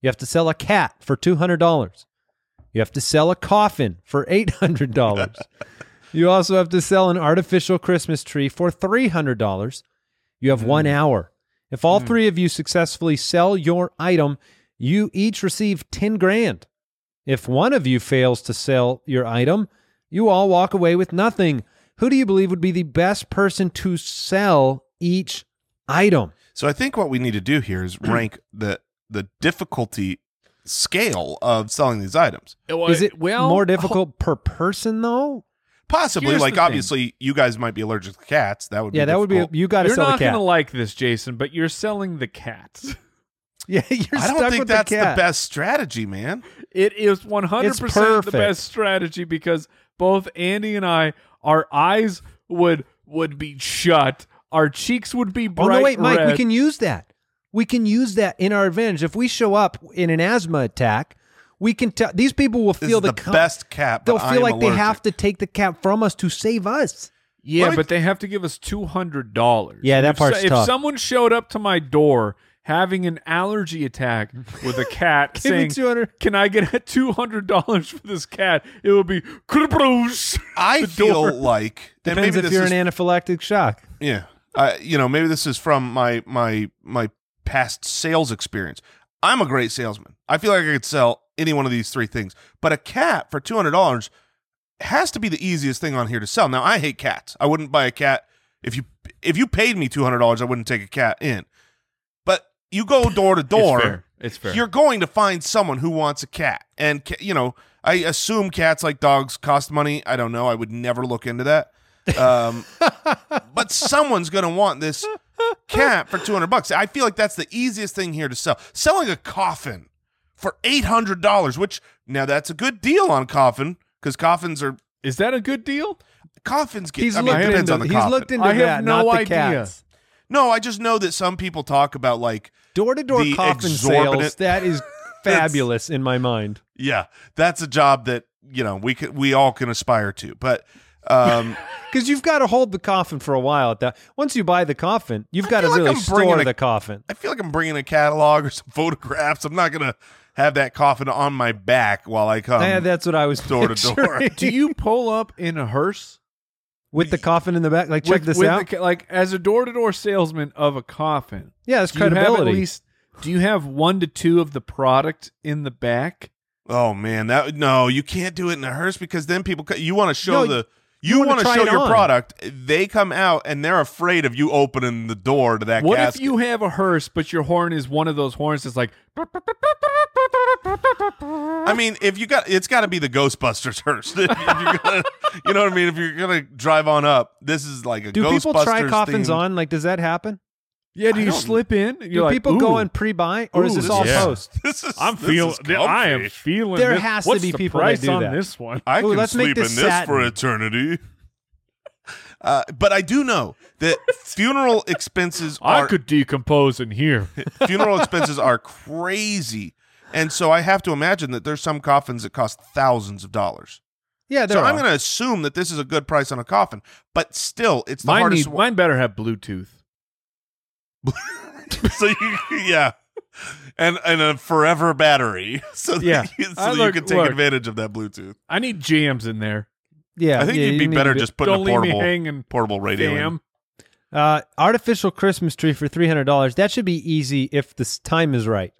S6: You have to sell a cat for two hundred dollars. You have to sell a coffin for eight hundred dollars. you also have to sell an artificial Christmas tree for three hundred dollars. You have one hour. If all three of you successfully sell your item, you each receive ten grand. If one of you fails to sell your item, you all walk away with nothing. Who do you believe would be the best person to sell each item?
S5: so i think what we need to do here is rank the the difficulty scale of selling these items.
S6: Is it more difficult per person though?
S5: Possibly,
S4: Here's
S5: like
S4: the thing.
S5: obviously, you guys might be allergic to cats. That would
S6: Yeah,
S5: be
S6: that would be.
S5: difficult.
S6: You got to
S4: You're
S6: sell the
S4: not
S6: cat.
S4: gonna like this, Jason, but you're selling the cats.
S6: yeah, you're
S5: I
S6: stuck
S5: don't think
S6: with
S5: that's
S6: the
S5: the,
S6: cat.
S5: best strategy, man.
S4: It is 100 percent the
S6: perfect.
S4: best strategy because both Andy and I, our eyes would would be shut, our cheeks would be
S6: Oh
S4: bright
S6: no, wait, Mike,
S4: red.
S6: we can use that. We can use that in our advantage. If we show up in an asthma attack, we can tell these people will
S5: This
S6: feel
S5: is the,
S6: the com-
S5: best cat.
S6: They'll
S5: but I
S6: feel
S5: am
S6: like they
S5: allergic.
S6: have to take the cat from us to save us.
S4: yeah,
S5: Mike-
S4: but they have to give us two hundred dollars.
S6: Yeah, that
S4: if,
S6: part's
S4: so-
S6: tough.
S4: If someone showed up to my door having an allergy attack with a cat
S6: Give me
S4: saying.
S6: 200.
S4: Can I get two hundred dollars for this cat? It would be "Kerbroosh."
S5: I
S4: the
S5: feel
S4: door.
S5: like and
S6: Depends
S5: maybe
S6: if
S5: this
S6: you're
S5: is,
S6: in anaphylactic shock.
S5: yeah, I, you know, maybe this is from my my my past sales experience. I'm a great salesman. I feel like I could sell any one of these three things, but a cat for two hundred dollars has to be the easiest thing on here to sell. Now, I hate cats. I wouldn't buy a cat if you if you paid me two hundred dollars. I wouldn't take a cat in. But you go door to door.
S4: It's fair. It's fair.
S5: You're going to find someone who wants a cat. And, ca- you know, I assume cats like dogs cost money. I don't know. I would never look into that. Um, but someone's going to want this cat for 200 bucks. I feel like that's the easiest thing here to sell. Selling a coffin for $800, which now that's a good deal on coffin because coffins are.
S4: Is that a good deal?
S5: Coffins get.
S6: He's
S5: I mean, it
S6: looked
S5: depends
S6: into,
S5: on the
S6: he's
S5: coffin.
S6: looked into
S4: I have
S6: that,
S4: no
S6: not the
S4: idea.
S6: cats.
S5: no, I just know that some people talk about like
S6: Door to door
S5: The
S6: coffin sales.
S5: exorbitant-
S6: That is fabulous in my mind.
S5: Yeah, that's a job that you know we could we all can aspire to. But um,
S6: Because you've got to hold the coffin for a while. At that, once you buy the coffin, you've got to
S5: feel like
S6: really
S5: I'm bringing
S6: store
S5: a-
S6: the coffin.
S5: I feel like I'm bringing a catalog or some photographs. I'm not gonna have that coffin on my back while I come.
S6: yeah, that's what I was
S5: um, door to door.
S6: picturing.
S4: Do you pull up in a hearse?
S6: with the coffin in the back? Like, check
S4: with-
S6: this
S4: with
S6: out.
S4: the ca- like as a door-to-door salesman of a coffin,
S6: yeah, it's
S4: do you have at
S6: credibility.
S4: least do you have one to two of the product in the back?
S5: oh man, that no, you can't do it in a hearse because then people co- you want to show
S6: No,
S5: the you,
S6: wanna
S5: want to
S6: try
S5: show
S6: it
S5: your
S6: on.
S5: product. They come out and they're afraid of you opening the door to that.
S4: What
S5: casket.
S4: if you have a hearse, but your horn is one of those horns that's like
S5: I mean, if you got, it's got to be the Ghostbusters hearse. If you're gonna- you know what I mean? If you're gonna drive on up, this is like a
S6: do people try
S5: Ghostbusters
S6: coffins
S5: themed-
S6: on? Like, does that happen?
S4: Yeah, do
S5: I
S4: you
S5: don't-
S4: slip in?
S6: Do
S4: You're like,
S6: people go
S4: "Ooh,
S6: and pre-buy, or is
S5: Ooh,
S6: this
S5: this
S6: all
S5: is-
S6: post?
S5: This is
S4: I'm
S5: this
S4: feeling
S5: is
S4: I am
S5: comfy.
S4: feeling
S6: There
S4: this.
S6: has to
S4: What's
S6: be
S4: the
S6: people that
S4: price
S6: do
S4: on
S6: that.
S4: this one.
S5: I
S6: Ooh,
S5: can
S6: let's make
S5: sleep
S6: this
S5: in this for
S6: satin.
S5: eternity. Uh, but I do know that funeral expenses
S4: I
S5: are
S4: could decompose in here.
S5: funeral expenses are crazy, and so I have to imagine that there's some coffins that cost thousands of dollars.
S6: Yeah, there
S5: so I'm
S6: are.
S5: going to assume that this is a good price on a coffin, but still, it's the
S4: mine
S5: hardest.
S4: need,
S5: one.
S4: mine better have Bluetooth.
S5: so you, yeah, and and a forever battery, so that
S4: Yeah.
S5: you, so
S4: I
S5: that
S4: look-
S5: you can take
S4: look.
S5: advantage of that Bluetooth.
S4: I need jams in there.
S6: yeah,
S5: I think
S6: yeah,
S5: you'd
S6: you
S5: be
S6: need
S5: better
S6: to-
S5: just putting
S4: Don't
S5: a
S4: leave me
S5: portable
S4: hanging.
S5: portable radio. in.
S4: Damn.
S6: uh, artificial Christmas tree for three hundred dollars. That should be easy if the s- time is right.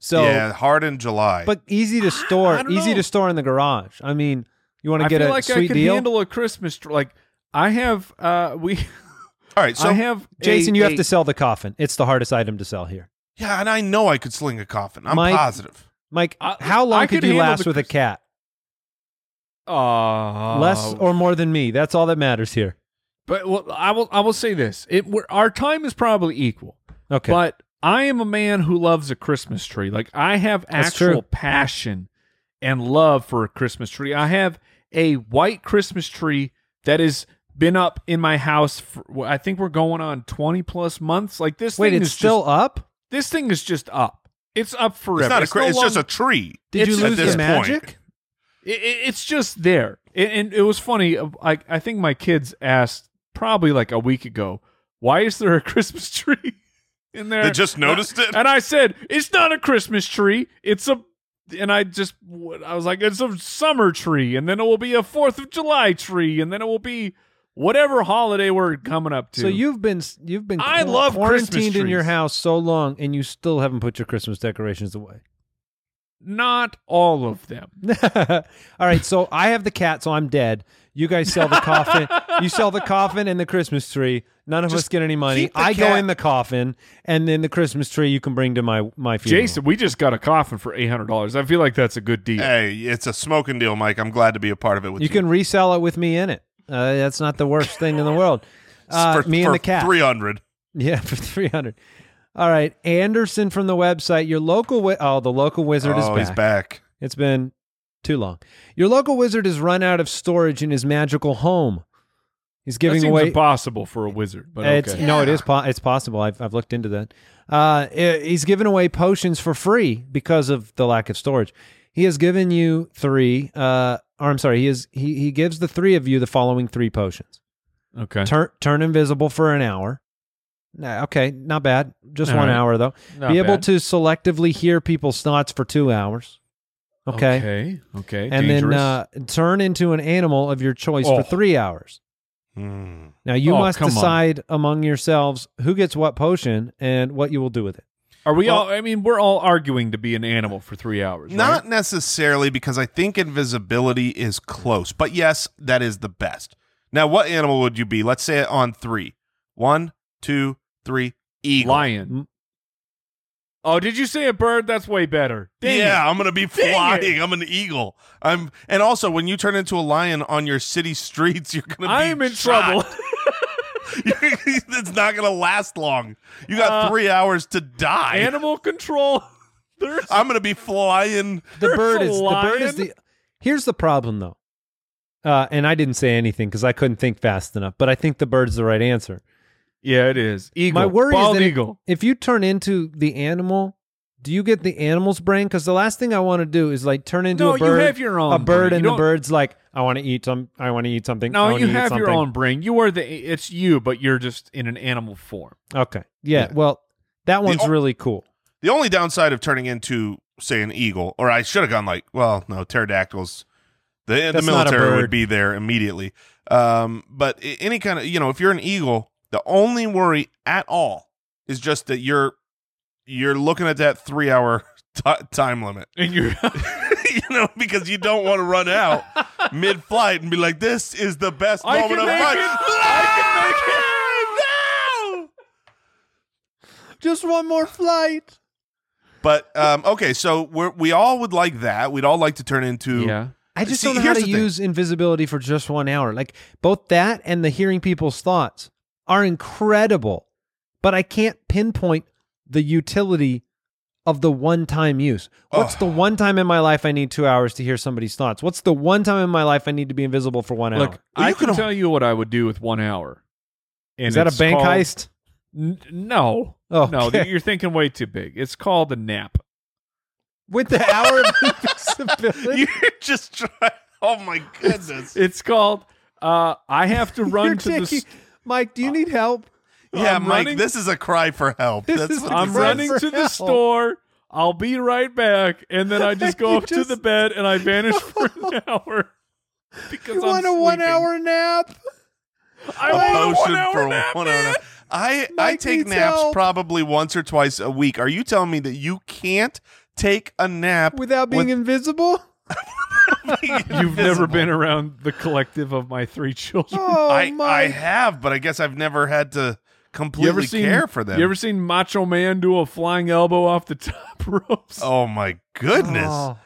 S6: So,
S5: yeah, hard in July.
S6: but easy to store,
S4: I don't
S6: easy
S4: know.
S6: to store in the garage. I mean, you want
S4: I
S6: to get
S4: feel
S6: a
S4: like I
S6: sweet
S4: could
S6: deal,
S4: handle a Christmas tr- like I have uh we
S5: all right, so
S4: I have
S6: Jason.
S4: a-
S6: you
S4: a-
S6: have to sell the coffin. It's the hardest item to sell here.
S5: yeah, and I know I could sling a coffin. I'm
S6: Mike-
S5: positive.
S6: Mike,
S4: I-
S6: how long
S4: I
S6: could
S4: could
S6: you
S4: handle
S6: last
S4: the
S6: with a
S4: Christ-
S6: cat?
S4: uh,
S6: Less or more than me. That's all that matters here.
S4: but well, I will I will say this. It we're, our time is probably equal.
S6: Okay.
S4: But I am a man who loves a Christmas tree. Like I have
S6: That's true.
S4: actual passion and love for a Christmas tree. I have a white Christmas tree that has been up in my house for well, I think we're going on 20 plus months. Like this
S6: Wait,
S4: thing
S6: it's
S4: is
S6: still up?
S4: just, this thing is just up. It's up forever.
S5: It's not a.
S4: no
S5: Cra- it's just
S4: longer-
S5: a tree.
S6: Did you
S4: It's- at
S6: lose
S5: this
S6: the
S5: point.
S6: magic?
S4: it, it- it's just there and, and it was funny I, I think my kids asked probably like a week ago why is there a christmas tree in there
S5: They just noticed it?
S4: and i said it's not a christmas tree it's a and i just i was like it's a summer tree and then it will be a fourth of july tree and then it will be whatever holiday we're coming up to
S6: So you've been you've been
S4: I
S6: qu-
S4: love Christmas
S6: quarantined in your
S4: trees.
S6: house so long, and you still haven't put your Christmas decorations away.
S4: Not all of them.
S6: All right, so I have the cat, so I'm dead. You guys sell the coffin. you sell the coffin and the Christmas tree. None of us get any money.
S5: keep the
S6: I go
S5: cat.
S6: in the coffin, and then the Christmas tree you can bring to my my funeral.
S4: Jason, we just got a coffin for eight hundred dollars. I feel like that's a good
S6: Uh,
S4: deal.
S5: Hey, it's a smoking deal, Mike. I'm glad to be a part of it with you.
S6: you can resell it with me in it. Uh, that's not the worst thing in the world. Uh, me and the cat.
S5: Three hundred.
S6: Yeah, for three hundred. All right, Anderson from the website. Your local wi- oh, the local wizard is
S5: Oh, he's back.
S6: It's been too long. Your local wizard has run out of storage in his magical home. He's
S4: that
S6: giving
S4: seems
S6: away.
S4: impossible for a wizard, but
S6: It's,
S4: okay.
S6: No, it is. Po- it's possible. I've I've looked into that. Uh, i- he's giving away potions for free because of the lack of storage. He has given you three. Uh, or I'm sorry. He is. He he gives the three of you the following three potions.
S4: Okay,
S6: Turn turn invisible for an hour. Nah, okay, not bad. Just
S4: All
S6: one
S4: right.
S6: hour though.
S4: Not
S6: Be able
S4: bad.
S6: to selectively hear people's thoughts for two hours. okay
S4: okay, okay.
S6: and
S4: Dangerous.
S6: then uh, turn into an animal of your choice
S4: Oh.
S6: for three hours.
S5: Hmm.
S6: Now you
S4: Oh,
S6: must
S4: come on.
S6: decide among yourselves who gets what potion and what you will do with it.
S4: are we
S5: well-
S4: all? I mean, we're all arguing to be an animal for three hours.
S5: Not
S4: right?
S5: necessarily because I think invisibility is close, but yes, that is the best. Now, what animal would you be? Let's say it on three. One, two, three. Eagle.
S4: lion. Oh, did you say a bird? That's way better. Dang
S5: yeah,
S4: it.
S5: I'm gonna be
S4: Dang
S5: flying. I'm an eagle. I'm, and also when you turn into a lion on your city streets, you're gonna.
S4: I
S5: be
S4: am in
S5: shot.
S4: trouble.
S5: it's not gonna last long. You got
S4: Uh,
S5: three hours to die.
S4: Animal control. There's
S5: I'm gonna be flying.
S6: The
S4: There's
S6: bird
S4: a
S6: is the bird is
S4: lion?
S6: the. Here's the problem though, uh, and I didn't say anything because I couldn't think fast enough. But I think the bird's the right answer.
S4: yeah, it is eagle.
S6: My worry
S4: Bald
S6: is that
S4: eagle.
S6: If you turn into the animal, do you get the animal's brain? Because the last thing I want to do is like turn into
S4: no,
S6: a bird.
S4: you have your own
S6: a bird, and
S4: brain. You
S6: the
S4: don't-
S6: bird's like, I want to eat some. I want to eat something. I
S4: No,
S6: wanna
S4: you
S6: eat
S4: have your
S6: something."
S4: own brain. You are the. It's you, but you're just in an animal form.
S6: Okay. Yeah.
S5: Yeah.
S6: Well, that one's
S5: o-
S6: really cool.
S5: The only downside of turning into, say, an eagle, or I should have gone like, well, no, pterodactyls. The, the
S6: That's not a
S5: military
S6: bird.
S5: would be there immediately. Um, but i- any kind of, you know, if you're an eagle, the only worry at all is just that you're you're looking at that three hour ti time limit.
S4: And you're
S5: you know, because you don't want to run out mid flight and be like, this is the best
S4: I
S5: moment
S4: can
S5: of
S4: make
S5: my
S4: it.
S5: life. No!
S6: Just one more flight.
S5: But um, okay, so we're, we all would like that. We'd all like to turn into
S4: yeah.
S6: I just
S5: See,
S6: don't know how
S5: here's
S6: to
S5: the thing.
S6: use invisibility for just one hour. Like both that and the hearing people's thoughts are incredible, but I can't pinpoint the utility of the one time use. What's
S5: Oh.
S6: the one time in my life I need two hours to hear somebody's thoughts? What's the one time in my life I need to be invisible for one
S4: Look,
S6: hour?
S5: Well,
S4: I
S5: you
S4: can
S5: could-
S4: tell you what I would do with one hour. And
S6: Is that a
S4: it's
S6: bank
S4: called-
S6: heist?
S4: N- no,
S6: Oh,
S4: no,
S6: okay.
S4: th- you're thinking way too big. It's called a nap.
S6: With the hour of invisibility,
S5: You're just trying. Oh my goodness!
S4: It's called. Uh, I have to
S6: You're
S4: run to the.
S6: taking-
S4: s- Uh,
S6: Mike, do you need help?
S5: yeah,
S4: I'm
S5: Mike,
S4: running-
S5: this is a cry for help.
S6: This
S5: That's
S6: is
S5: what
S6: a
S4: I'm
S5: this
S6: Cry
S4: running
S6: for
S4: to the
S6: help.
S4: store. I'll be right back, and then I just go
S6: You
S4: up
S6: just-
S4: to the bed and I vanish for an hour. Because
S6: You
S4: I'm
S6: want a one
S4: sleeping.
S6: hour nap?
S4: I
S5: A
S4: want a
S5: potion
S4: one hour
S5: for
S4: nap,
S5: one hour.
S4: man.
S5: nap. I I
S6: Mike
S5: take
S6: needs
S5: naps
S6: help.
S5: probably once or twice a week. Are you telling me that you can't take a nap
S6: without being
S5: with-
S6: invisible?
S4: You've never been around the collective of my three children.
S6: Oh
S5: I I
S6: my!
S5: have, but I guess I've never had to
S4: You
S5: completely
S4: ever seen
S5: care for them.
S4: You ever seen Macho Man do a flying elbow off the top ropes?
S5: oh my goodness,
S4: Oh.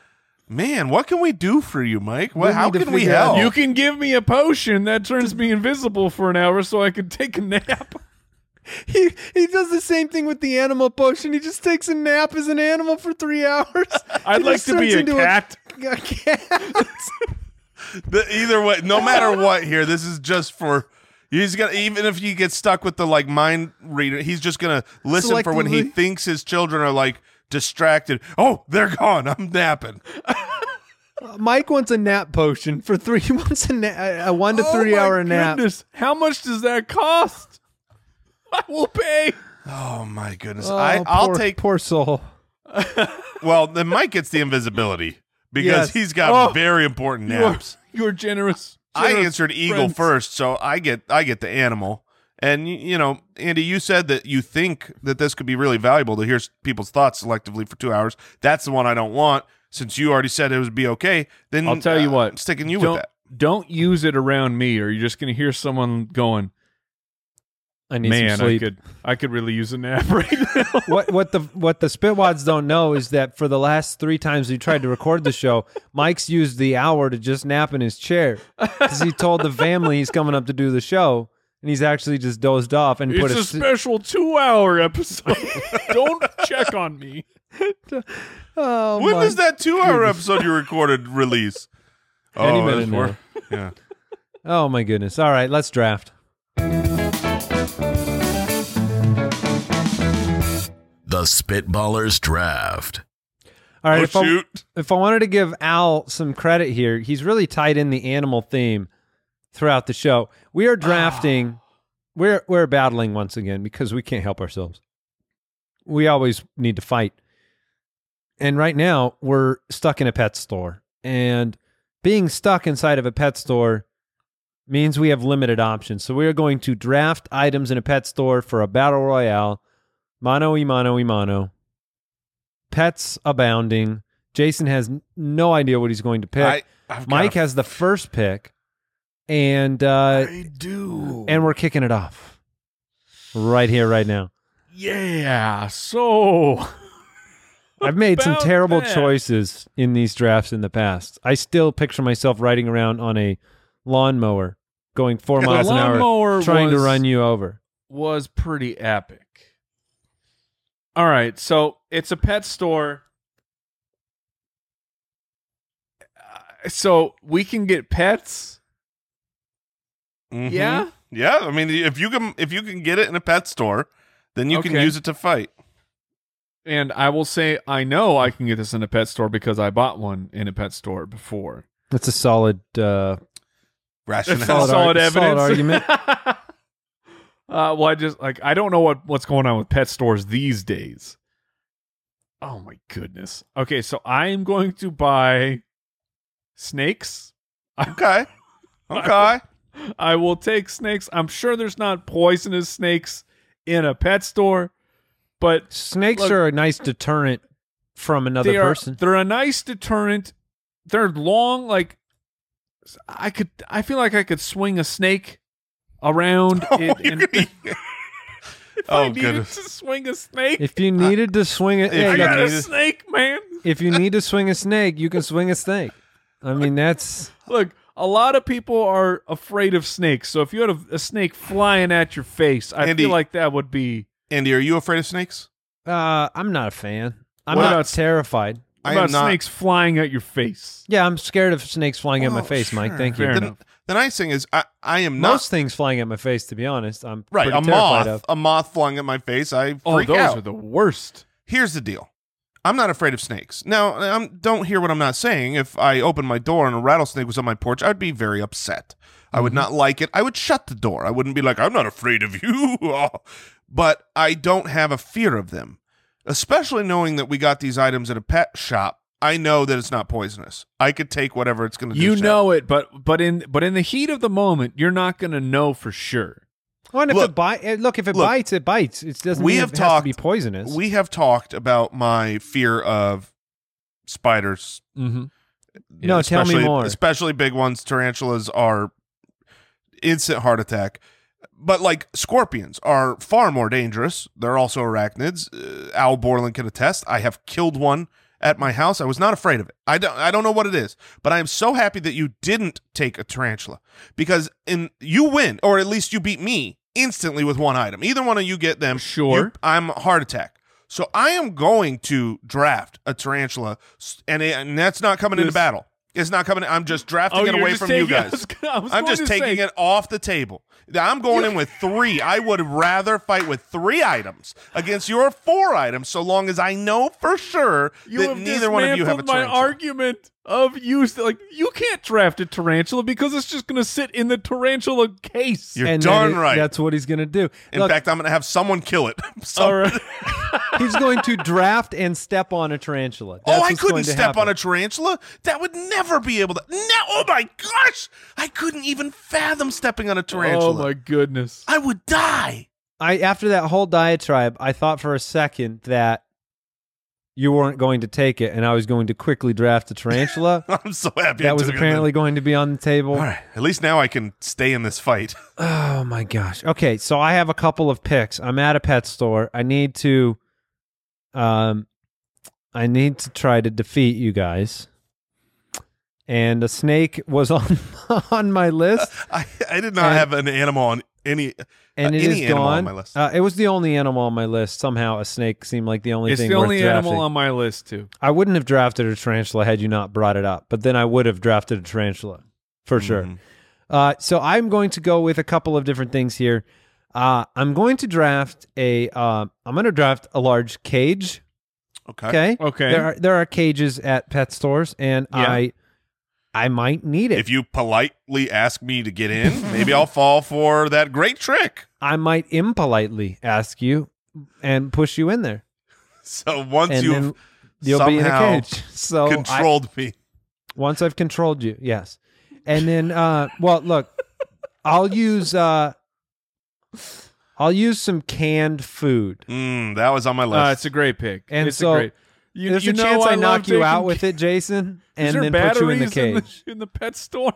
S5: man! What can we do for you, Mike? What,
S6: Oh, We
S5: how
S6: need to
S5: can we
S6: figure out-
S5: help?
S4: You can give me a potion that turns me invisible for an hour so I can take a nap.
S6: He he does the same thing with the animal potion. He just takes a nap as an animal for three hours.
S4: I'd
S6: He
S4: like
S6: just
S4: to be
S6: turns
S4: a
S6: into
S4: cat.
S6: a cat.
S5: The- either way, no matter what, here this is just for. He's gonna even if you get stuck with the like mind reader, he's just gonna listen for when he
S6: Selectively.
S5: thinks his children are like distracted. Oh, they're gone. I'm napping.
S6: Mike wants a nap potion for three. He wants a, na- a one to
S4: Oh
S6: three
S4: my
S6: hour nap.
S4: goodness. How much does that cost? I will pay.
S5: Oh my goodness.
S6: Oh,
S5: I I'll
S6: poor-
S5: take.
S6: poor soul.
S5: Well, then Mike gets the invisibility because
S6: Yes.
S5: he's got
S4: Oh.
S5: very important
S4: You are,
S5: naps.
S4: you are generous.
S5: I
S4: generous
S5: answered eagle
S4: friends.
S5: first, so I get I get the animal. And y- you know, Andy, you said that you think that this could be really valuable to hear s- people's thoughts selectively for two hours. That's the one I don't want. since you already said it would be okay, then
S4: I'll tell you
S5: uh,
S4: what,
S5: I'm sticking you
S4: don't
S5: with that.
S4: don't use it around me, or you're just gonna hear someone going,
S6: I need
S4: "Man,
S6: some
S4: I
S6: sleep.
S4: could I could really use a nap right now."
S6: what what the what the spitwads don't know is that for the last three times we tried to record the show, Mike's used the hour to just nap in his chair because he told the family he's coming up to do the show, and he's actually just dozed off and put
S4: It's
S6: a
S4: a
S6: s-
S4: special two-hour episode. don't check on me.
S6: oh
S5: When
S6: my-
S5: does that two-hour episode you recorded release? Oh,
S6: Any minute
S5: that's
S6: now.
S5: more- Yeah.
S6: oh my goodness! All right, let's draft.
S3: The Spitballers Draft.
S6: All right,
S5: Oh,
S6: if I-
S5: shoot.
S6: if I wanted to give Al some credit here, he's really tied in the animal theme throughout the show. We are drafting, we're we're battling once again because we can't help ourselves. We always need to fight, and right now we're stuck in a pet store, and being stuck inside of a pet store means we have limited options. So we are going to draft items in a pet store for a battle royale, mano y mano y mano. Pets abounding. Jason has n- no idea what he's going to pick.
S5: I, I've
S6: Mike
S5: got
S6: has the first pick, and uh,
S5: I do.
S6: and we're kicking it off right here, right now.
S4: Yeah. So
S6: I've made some
S4: About
S6: terrible
S4: that.
S6: choices in these drafts in the past. I still picture myself riding around on a lawnmower, going four
S5: The
S6: miles an hour,
S4: lawnmower
S6: trying to
S4: was-
S6: run you over.
S4: was pretty epic. All right, so it's a pet store. Uh, So we can get pets.
S5: Mhm.
S4: Yeah.
S5: Yeah, I mean, if you can if you can get it in a pet store, then you can
S4: Okay.
S5: use it to fight.
S4: And I will say, I know I can get this in a pet store because I bought one in a pet store before.
S6: That's a solid. Uh,
S5: Rationale.
S6: Solid
S4: solid
S6: arg- solid
S4: evidence.
S6: argument.
S4: uh, well, I just like I don't know what what's going on with pet stores these days. Oh my goodness. Okay, so I am going to buy snakes.
S5: Okay. Okay.
S4: I will take snakes. I'm sure there's not poisonous snakes in a pet store, but
S6: snakes
S4: Look-
S6: are a nice deterrent from another
S4: they are,
S6: person.
S4: They're a nice deterrent. They're long, like I could. I feel like I could swing a snake around.
S5: Oh,
S4: it,
S5: you're
S4: and,
S5: gonna-
S4: if I
S5: Oh,
S4: needed
S5: goodness.
S4: to swing a snake,
S6: If you needed to swing it,
S5: if
S6: Yeah,
S4: I
S5: you
S6: yeah.
S4: got a
S5: needed-
S4: snake, man.
S6: if you need to swing a snake, you can swing a snake. I mean, that's
S4: Look, a lot of people are afraid of snakes, so if you had a, a snake flying at your face, I
S5: Andy.
S4: feel like that would be.
S5: Andy, are you afraid of snakes?
S6: uh, I'm not a fan. I'm
S5: What
S6: not
S5: about-
S6: terrified.
S4: What
S5: I
S4: about
S5: am not.
S4: snakes flying at your face?
S6: Yeah, I'm scared of snakes flying at my
S5: Well,
S6: face, Mike.
S5: sure.
S6: Thank you.
S4: Oh, Fair
S5: The,
S4: enough.
S5: the nice thing is, I, I am not
S6: Most things flying at my face, to be honest, I'm
S5: right.
S6: pretty
S5: A moth,
S6: terrified of.
S5: a moth flying at my face. I freak
S4: Oh, those
S5: out.
S4: are the worst.
S5: Here's the deal. I'm not afraid of snakes. Now, i don't hear what I'm not saying. If I opened my door and a rattlesnake was on my porch, I'd be very upset. I
S4: Mm-hmm.
S5: would not like it. I would shut the door. I wouldn't be like, I'm not afraid of you. but I don't have a fear of them. Especially knowing that we got these items at a pet shop, I know that it's not poisonous. I could take whatever it's going to do.
S4: You
S5: Shep.
S4: know it, but but in but in the heat of the moment, you're not going to know for sure.
S6: Well, and if
S5: Look-
S6: it bite, eh, look if it
S5: look,
S6: bites, it bites. It doesn't.
S5: we
S6: mean
S5: have
S6: it has to be
S5: talked-
S6: poisonous.
S5: we have talked about my fear of spiders
S4: Mm-hmm.
S6: no, tell me
S5: especially-
S6: more.
S5: Especially big ones. Tarantulas are instant heart attack. But like scorpions are far more dangerous. They're also arachnids. Uh, Al Borland can attest. I have killed one at my house. I was not afraid of it. I don't. I don't know what it is. But I am so happy that you didn't take a tarantula because in you win or at least you beat me instantly with one item. Either one of you get them.
S4: Sure.
S5: You- I'm heart attack. So I am going to draft a tarantula, s- and, it- and that's not coming into
S4: This- Oh,
S5: battle. It's not coming. I'm just drafting it away from you guys. I'm just taking it off the table. I'm going in with three. I would rather fight with three items against your four items, so long as I know for sure
S4: You
S5: that
S4: have
S5: neither one of you have a
S4: dismantled my
S5: tarantula.
S4: argument of use. Like you can't draft a tarantula because it's just going to sit in the tarantula case.
S5: You're
S6: And that
S5: darn
S6: is-
S5: right.
S6: That's what he's going to do.
S5: in
S6: Look,
S5: fact, I'm going to have someone kill it. Some-
S4: All right.
S6: he's going to draft and step on a tarantula. That's
S5: oh, I
S6: what's
S5: couldn't
S6: going to
S5: step on
S6: happen.
S5: a tarantula. That would never be able to. No, oh my gosh, I couldn't even fathom stepping on a tarantula.
S4: Oh my goodness.
S5: I would die.
S6: I after that whole diatribe, I thought for a second that you weren't going to take it, and I was going to quickly draft a tarantula.
S5: I'm so happy. I
S6: that was
S5: took it then.
S6: apparently going to be on the table.
S5: All right. At least now I can stay in this fight.
S6: Oh my gosh. Okay, so I have a couple of picks. I'm at a pet store. I need to um I need to try to defeat you guys. And a snake was on on my list
S5: I, I did not
S6: And-
S5: have an animal on any.
S6: and
S5: Uh,
S6: it
S5: any
S6: is
S5: animal
S6: gone.
S5: on my list.
S6: Uh, it was the only animal on my list. Somehow a snake seemed like the only
S4: it's
S6: thing
S4: the
S6: worth
S4: only
S6: drafting.
S4: animal on my list too.
S6: I wouldn't have drafted a tarantula had you not brought it up, but then I would have drafted a tarantula for sure.
S5: Mhm.
S6: Uh, so I'm going to go with a couple of different things here. Uh, I'm going to draft a. Uh, I'm going to draft a large cage.
S5: Okay.
S6: Okay.
S4: Uh, Okay.
S6: There are there are cages at pet stores, and
S4: Yeah.
S6: I I might need it.
S5: If you politely ask me to get in, maybe I'll fall for that great trick.
S6: I might impolitely ask you and push you in there,
S5: So once
S6: and
S5: you've
S6: then you'll be in a
S5: somehow
S6: cage. So I-
S5: controlled me,
S6: Once I've controlled you, yes. And then uh well look, I'll use uh I'll use some canned food.
S5: mm, that was on my
S4: Uh,
S5: list.
S4: it's a great pick.
S6: And
S4: it's
S6: so
S4: a great. You,
S6: There's
S4: you
S6: a
S4: know
S6: chance I, knock
S4: love
S6: you
S4: taking
S6: out with
S4: ca-
S6: it, Jason, and
S4: Is there
S6: then put you in the
S4: batteries in the-
S6: cage.
S4: in the pet store.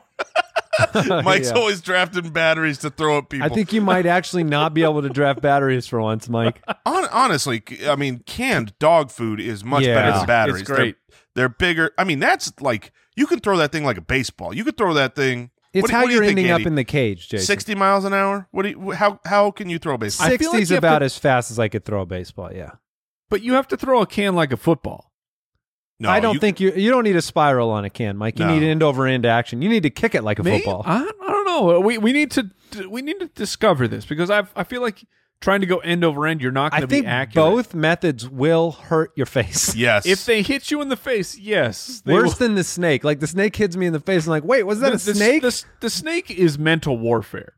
S5: Mike's
S6: Yeah.
S5: always drafting batteries to throw at people.
S6: I think you might actually not be able to draft batteries for once, Mike.
S5: Hon- honestly, c- I mean, canned dog food is much
S6: Yeah.
S5: better
S6: It's-
S5: than batteries.
S4: it's great.
S5: They're, they're bigger. I mean, that's like you can throw that thing like a baseball. You could throw that thing.
S6: It's
S5: what do-
S6: how
S5: what do you
S6: you're
S5: think,
S6: ending up
S5: Andy?
S6: in the cage, Jason.
S5: sixty miles an hour. What do you, wh- how how can you throw a baseball?
S4: I feel like
S6: 60's
S4: you have to-
S6: about as fast as I could throw a baseball, yeah.
S4: But you have to throw a can like a football.
S5: No,
S6: I don't
S5: you-
S6: think you you don't need a spiral on a can, Mike. You
S5: No.
S6: need end over end action. You need to kick it like a
S4: Maybe-
S6: football.
S4: I, I don't know. We we need to we need to discover this because I I feel like trying to go end over end, you're not going
S6: I
S4: to be
S6: think
S4: accurate.
S6: both methods will hurt your face.
S5: Yes.
S4: If they hit you in the face, yes. they
S6: Worse
S4: will-
S6: than the snake. Like the snake hits me in the face. I'm like, wait, was that
S4: the-
S6: a
S4: the-
S6: snake?
S4: The, the snake is mental warfare.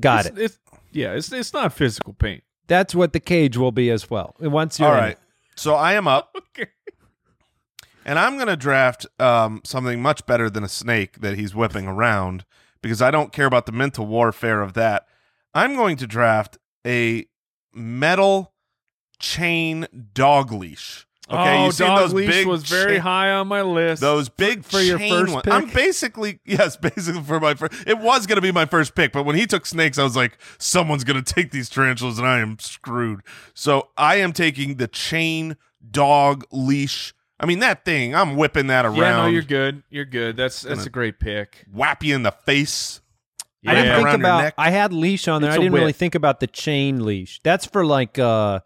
S6: Got
S4: it's,
S6: it.
S4: It's, yeah, it's it's not physical pain.
S6: That's what the cage will be as well. And Once you're
S5: All
S6: in
S5: right.
S6: it.
S5: So I am up,
S4: Okay.
S5: and I'm going to draft um, something much better than a snake that he's whipping around because I don't care about the mental warfare of that. I'm going to draft a metal chain dog leash. Okay,
S4: oh,
S5: you see
S4: dog
S5: those
S4: leash
S5: big
S4: was very
S5: cha-
S4: high on my list.
S5: Those big
S4: for your
S5: chain
S4: first
S5: one-
S4: pick?
S5: I'm basically yes, basically for my first. It was gonna be my first pick, but when he took snakes, I was like, someone's gonna take these tarantulas, and I am screwed. So I am taking the chain dog leash. I mean that thing. I'm whipping that around,
S4: yeah, no, you're good. You're good. That's that's
S5: Gonna-
S4: a great pick.
S5: whap you in the face.
S4: Yeah.
S6: I didn't
S5: Wrap it
S6: think
S5: around your
S6: about.
S5: neck.
S6: I had leash on there. I
S4: It's a
S6: didn't really
S4: whip.
S6: think about the chain leash. That's for like, uh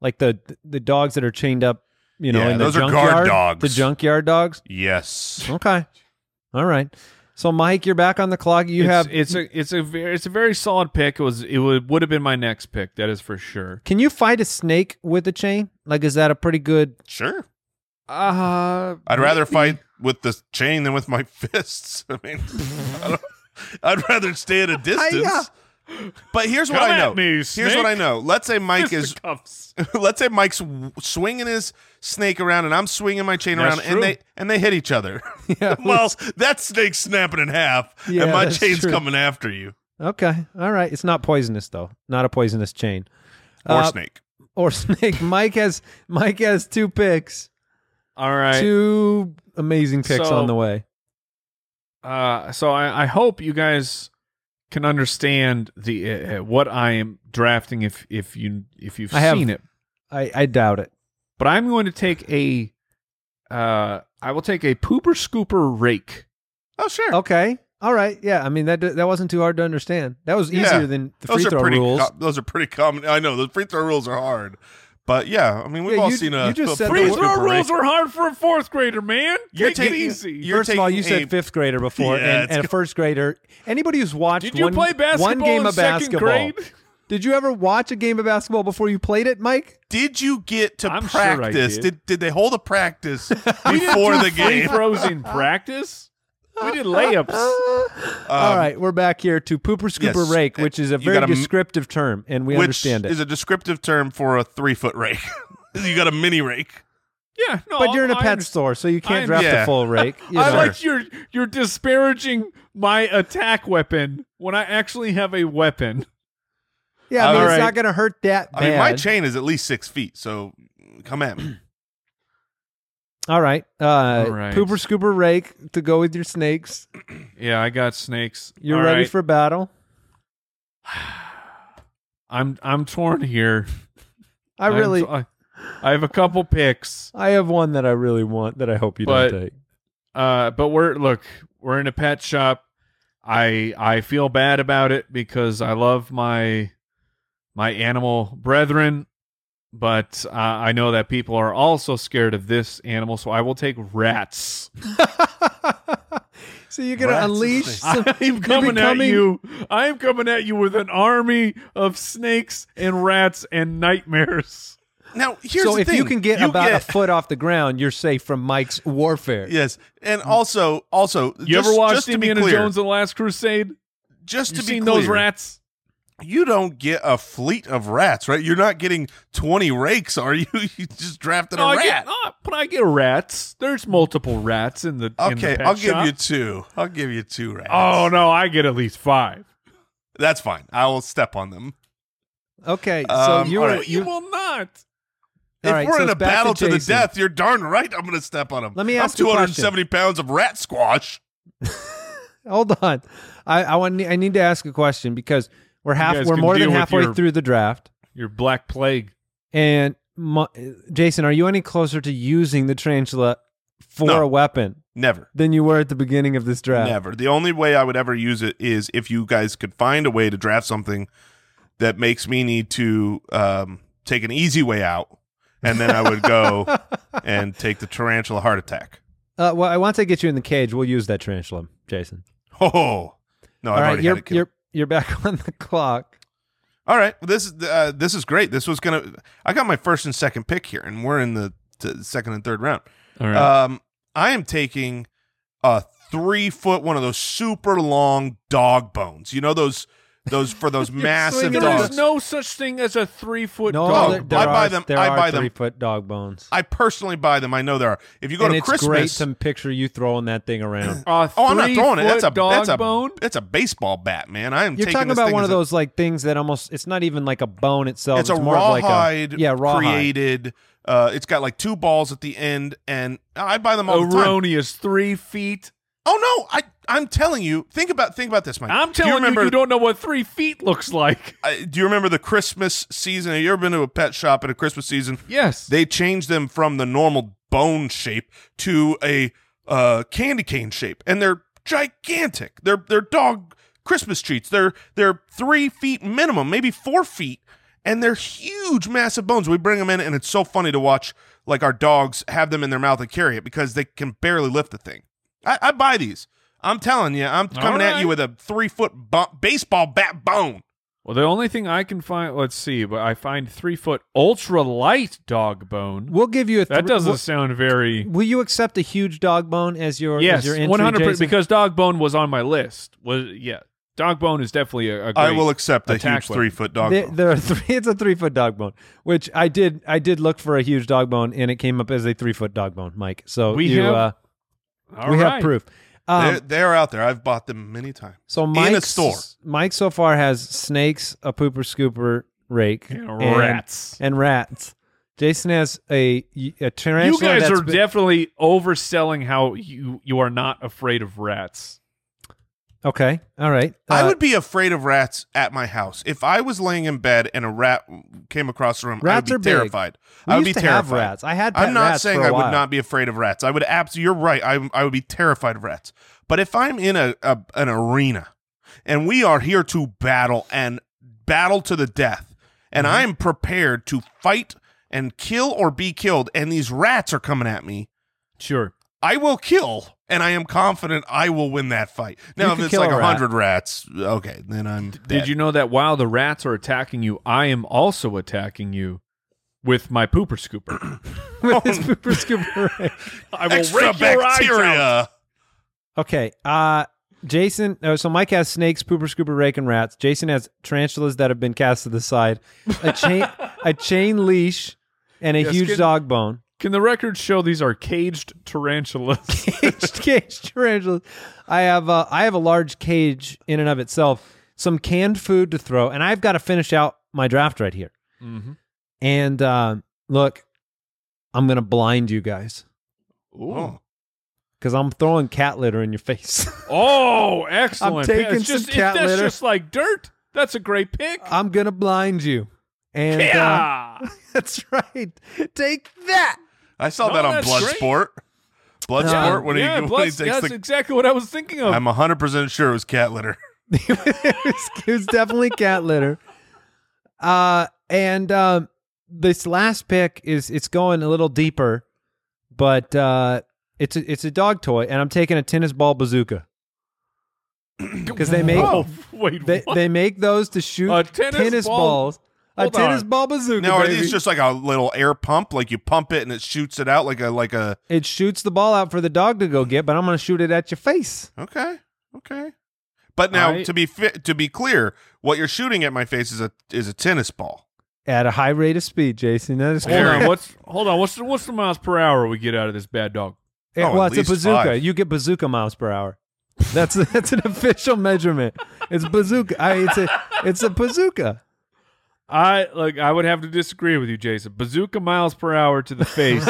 S6: like the the dogs that are chained up. You know,
S5: Yeah,
S6: in the
S5: those are guard
S6: junkyard.
S5: dogs.
S6: The junkyard dogs.
S5: Yes.
S6: Okay. All right. So Mike, you're back on the clock. You
S4: it's,
S6: have.
S4: it's a it's a very it's a very solid pick. It was it would would have been my next pick. That is for sure.
S6: can you fight a snake with a chain? Like, is that a pretty good?
S5: Sure.
S4: Uh,
S5: I'd rather fight with the chain than with my fists. I mean, I don't, I'd rather stay
S6: uh,
S5: at a distance. But here's what
S4: Come
S5: I
S4: at
S5: know.
S4: me,
S5: Here's what
S4: snake.
S5: I know. Let's say Mike is
S4: cuffs.
S5: let's say Mike's w- swinging his snake around and I'm swinging my chain
S4: That's
S5: around
S4: true.
S5: and they and they hit each other. well, that snake's snapping in half
S6: Yeah,
S5: and my
S6: that's
S5: chain's
S6: true.
S5: coming after you.
S6: Okay. All right. It's not poisonous though. Not a poisonous chain.
S5: Or
S6: Uh,
S5: snake.
S6: Or snake. Mike has Mike has two picks.
S4: All right.
S6: Two amazing picks
S4: So-
S6: on the way.
S4: Uh, so I, I hope you guys can understand the uh, uh, what I am drafting if if you if you've
S6: I have-
S4: seen it.
S6: I, I doubt it.
S4: But I'm going to take a uh, I will take a pooper scooper rake.
S5: Oh sure.
S6: Okay. All right. Yeah. I mean that that wasn't too hard to understand. That was easier
S5: Yeah.
S6: than the
S5: those
S6: free
S5: are
S6: throw
S5: pretty
S6: rules.
S5: co- those are pretty common. I know the free throw rules are hard. But yeah, I mean we've
S6: Yeah,
S5: all
S6: you-
S5: seen a
S6: you just
S5: a
S6: said
S4: Free
S6: those-
S4: throw
S5: scooper rake.
S4: rules are hard for a fourth grader, man.
S5: You're
S4: take
S5: taking-
S4: it easy.
S5: you're
S6: First of all,
S5: taking
S6: you
S5: a-
S6: said fifth grader before,
S5: Yeah,
S6: and,
S5: it's
S6: and a first grader. Anybody who's watched
S4: Did you
S6: one,
S4: play basketball
S6: one game
S4: in
S6: of
S4: second
S6: basketball?
S4: grade?
S6: Did you ever watch a game of basketball before you played it, Mike?
S5: Did you get to
S4: I'm sure I
S5: practice?
S4: did.
S5: did did they hold a practice before the
S4: Free
S5: game?
S4: throws in practice. We did layups.
S6: All right, we're back here to pooper
S5: Um, yes,
S6: scooper rake, which is a
S5: you
S6: very
S5: gotta m-
S6: descriptive term, and we
S5: which
S6: understand it.
S5: is a descriptive term for a three foot rake. you got a mini rake.
S4: Yeah, no.
S6: but you're in a
S4: Oh, I
S6: pet
S4: understand.
S6: store, so you can't
S4: I-
S6: draft
S5: yeah.
S6: a full rake. you
S4: I
S6: know.
S4: like you're you're disparaging my attack weapon when I actually have a weapon.
S6: yeah, I mean,
S5: All
S6: it's
S5: right.
S6: not going to hurt that bad.
S5: I mean, my chain is at least six feet, so come at me.
S6: All right. Uh,
S4: All right.
S6: Pooper Scooper Rake to go with your snakes.
S4: Yeah, I got snakes.
S6: You're
S4: All
S6: ready
S4: right.
S6: for battle.
S4: I'm I'm torn here.
S6: I
S4: I'm
S6: really,
S4: t- I, I have a couple picks.
S6: I have one that I really want that I hope you
S4: But-
S6: don't take.
S4: Uh, but we're look, we're in a pet shop. I I feel bad about it because I love my my animal brethren, but uh, I know that people are also scared of this animal, so I will take rats.
S6: so you're gonna
S5: Rats is
S6: unleash
S5: nice.
S6: some,
S4: I'm coming at
S6: becoming-
S4: you. I'm coming at you with an army of snakes and rats and nightmares.
S5: Now here's
S6: so
S5: the
S6: if
S5: thing.
S6: you can get about
S5: get-
S6: a foot off the ground, you're safe from Mike's warfare.
S5: Yes, and also, also,
S4: You
S5: just,
S4: ever
S5: just
S4: watched
S5: to
S4: Indiana
S5: be clear,
S4: Jones and the Last Crusade?
S5: Just
S4: You
S5: to be
S4: seen
S5: clear,
S4: those rats?
S5: you don't get a fleet of rats, right? You're not getting 20 rakes, are you? You just drafted
S4: No,
S5: a
S4: I
S5: rat.
S4: get, oh, but I get rats. There's multiple rats in the in the
S5: okay,
S4: pet
S5: I'll give
S4: shop.
S5: you two. I'll give you two rats.
S4: Oh no, I get at least five.
S5: that's fine. I will step on them.
S6: Okay, so
S5: Um,
S6: you
S5: all
S6: were
S5: right.
S4: No,
S6: you.
S4: you will not.
S6: all
S5: If
S6: right,
S5: we're
S6: so
S5: in a
S6: it's back
S5: battle to, the
S6: Jason.
S5: death, you're darn right. I'm going to step on them.
S6: Let me ask
S5: I'm
S6: you a question.
S5: 270 pounds of rat squash.
S6: Hold on, I I want I need to ask a question because we're half
S4: guys
S6: we're
S4: can
S6: more
S4: deal
S6: than
S4: with
S6: halfway
S4: your-
S6: through the draft,
S4: Your black plague.
S6: and Mo- Jason, are you any closer to using the tarantula for
S5: No.
S6: a weapon
S5: Never.
S6: than you were at the beginning of this draft?
S5: Never. The only way I would ever use it is if you guys could find a way to draft something that makes me need to um, take an easy way out, and then I would go and take the tarantula heart attack.
S6: Uh, well, I- once I get you in the cage, we'll use that tarantula, Jason.
S5: Oh no! I've
S6: All right,
S5: already
S6: you're
S5: had it killed.
S6: you're you're back on the clock.
S5: All right, this is uh, this is great. This was gonna. I got my first and second pick here, and we're in the t- second and third round.
S4: All right.
S5: Um, I am taking a three foot one of those super long dog bones. You know those those for those massive
S6: swinging
S5: dogs.
S4: there is no such thing as a three foot
S6: No,
S4: dog.
S6: there,
S5: Oh,
S6: there
S5: I
S6: are,
S5: buy them-
S6: There
S5: I
S6: are
S5: buy them.
S6: Three-foot dog bones.
S5: I personally buy them. I know there are. If you go
S6: and
S5: to
S6: it's great
S5: Christmas,
S6: to picture you throwing that thing around.
S4: A
S5: oh, I'm not throwing it. That's a
S4: three-foot dog
S5: that's a
S4: bone.
S5: that's a baseball bat, man. I am.
S6: You're
S5: taking
S6: talking
S5: this
S6: about
S5: thing
S6: one
S5: as a-
S6: of those like things that almost it's not even like a bone itself.
S5: It's,
S6: It's,
S5: a
S6: more of like
S5: rawhide.
S6: a yeah rawhide.
S5: created. Uh, it's got like two balls at the end, and I buy them all the time.
S4: Erroneous three feet.
S5: Oh no! I I'm telling you. Think about think about this, Mike.
S4: I'm
S5: Do
S4: telling you,
S5: remember,
S4: you don't know what three feet looks like.
S5: uh, do you remember the Christmas season? Have you ever been to a pet shop at a Christmas season?
S4: Yes.
S5: They changed them from the normal bone shape to a uh, candy cane shape, and they're gigantic. They're they're dog Christmas treats. They're they're three feet minimum, maybe four feet, and they're huge, massive bones. We bring them in, and it's so funny to watch. Like our dogs have them in their mouth and carry it because they can barely lift the thing. I, I buy these. I'm telling you, I'm coming at
S4: right.
S5: you with a three foot bu- baseball bat bone.
S4: well, the only thing I can find, let's see, but I find three foot ultra light dog bone.
S6: We'll give you a.
S4: That
S6: thr-
S4: doesn't
S6: will-
S4: sound very.
S6: Will you accept a huge dog bone as your as
S4: Yes,
S6: your entry,
S4: one hundred percent.
S6: Jason?
S4: Because dog bone was on my list. Was yeah, dog bone is definitely a. a
S5: I
S4: great-
S5: will accept a
S4: attack
S5: huge
S4: weapon.
S5: three foot dog.
S6: There,
S5: bone.
S6: there are three. It's a three-foot dog bone, which I did. I did look for a huge dog bone, and it came up as a three-foot dog bone, Mike. So
S4: We
S6: you,
S4: have-
S6: uh,
S4: All
S6: we
S4: right.
S6: have proof. Um,
S5: they're, they're out there. I've bought them many times.
S6: So
S5: a
S6: Mike's,
S5: store.
S6: Mike so far has snakes, a pooper scooper rake,
S4: And rats.
S6: and rats. Jason has a, a tarantula.
S4: You guys
S6: that's
S4: are
S6: been-
S4: definitely overselling how you you are not afraid of rats.
S6: okay. All right.
S5: I
S6: Uh,
S5: would be afraid of rats at my house if I was laying in bed and a rat came across the room.
S6: Rats
S5: I
S6: are
S5: would be
S6: big.
S5: terrified.
S6: we
S5: I would
S6: used
S5: be
S6: to
S5: terrified.
S6: have rats. I had. pet
S5: I'm not
S6: rats
S5: saying
S6: for a
S5: I would
S6: while.
S5: not be afraid of rats. I would absolutely. You're right. I I would be terrified of rats. But if I'm in a, a an arena and we are here to battle and battle to the death, and
S6: Mm-hmm.
S5: I am prepared to fight and kill or be killed, and these rats are coming at me,
S4: Sure.
S5: I will kill, and I am confident I will win that fight. Now, if
S6: can
S5: it's
S6: kill
S5: like
S6: a
S5: a
S6: rat.
S5: hundred rats, okay, then I'm.
S4: Did you know that while the rats are attacking you, I am also attacking you with my pooper scooper?
S6: with this pooper scooper rake.
S4: I will
S5: Extra
S4: rake your eyes out.
S5: bacteria.
S6: Okay. Uh, Jason. Oh, so Mike has snakes, pooper scooper rake, and rats. Jason has tarantulas that have been cast to the side, a chain, a chain leash, and a
S4: Yes,
S6: huge
S4: kid.
S6: dog bone.
S4: Can the record show these are caged tarantulas?
S6: caged, caged tarantulas. I have a, I have a large cage in and of itself. Some canned food to throw, and I've got to finish out my draft right here.
S4: mm-hmm.
S6: And uh, look, I'm gonna blind you guys.
S5: Oh.
S6: because I'm throwing cat litter in your face.
S4: Oh, excellent.
S6: taking
S4: It's just,
S6: some cat
S4: it's, that's
S6: litter.
S4: just like dirt. That's a great pick.
S6: I'm gonna blind you. And uh,
S4: yeah.
S6: that's right. Take that.
S5: I saw
S4: No,
S5: that on
S4: that's great.
S5: Bloodsport. Bloodsport when,
S4: yeah,
S5: he, when
S4: blood-
S5: he takes
S4: that's
S5: the.
S4: exactly what I was thinking of.
S5: I'm 100% sure it was cat litter.
S6: it, was, it was definitely cat litter. Uh, and um, this last pick is it's going a little deeper, but uh, it's a, it's a dog toy, and I'm taking a tennis ball bazooka because they make
S4: oh, wait,
S6: they,
S4: what?
S6: they make those to shoot
S4: A tennis ball-
S6: balls. A
S4: Hold
S6: tennis
S4: on.
S6: ball bazooka.
S5: Now, are
S6: baby.
S5: these just like a little air pump? Like you pump it and it shoots it out like a like a.
S6: it shoots the ball out for the dog to go get, but I'm going to shoot it at your face.
S5: Okay, okay. But now,
S4: I-
S5: to be fit, to be clear, what you're shooting at my face is a is a tennis ball.
S6: At a high rate of speed, Jason. That
S5: Oh,
S6: is
S4: hold on, what's hold on, what's the, what's the miles per hour we get out of this bad dog?
S6: Yeah,
S5: Oh,
S6: well,
S5: at
S6: it's a
S5: least
S6: bazooka.
S5: five.
S6: uh, You get bazooka miles per hour. That's that's an official measurement. It's bazooka. I, it's a it's a bazooka.
S4: I like I would have to disagree with you, Jason. Bazooka miles per hour to the face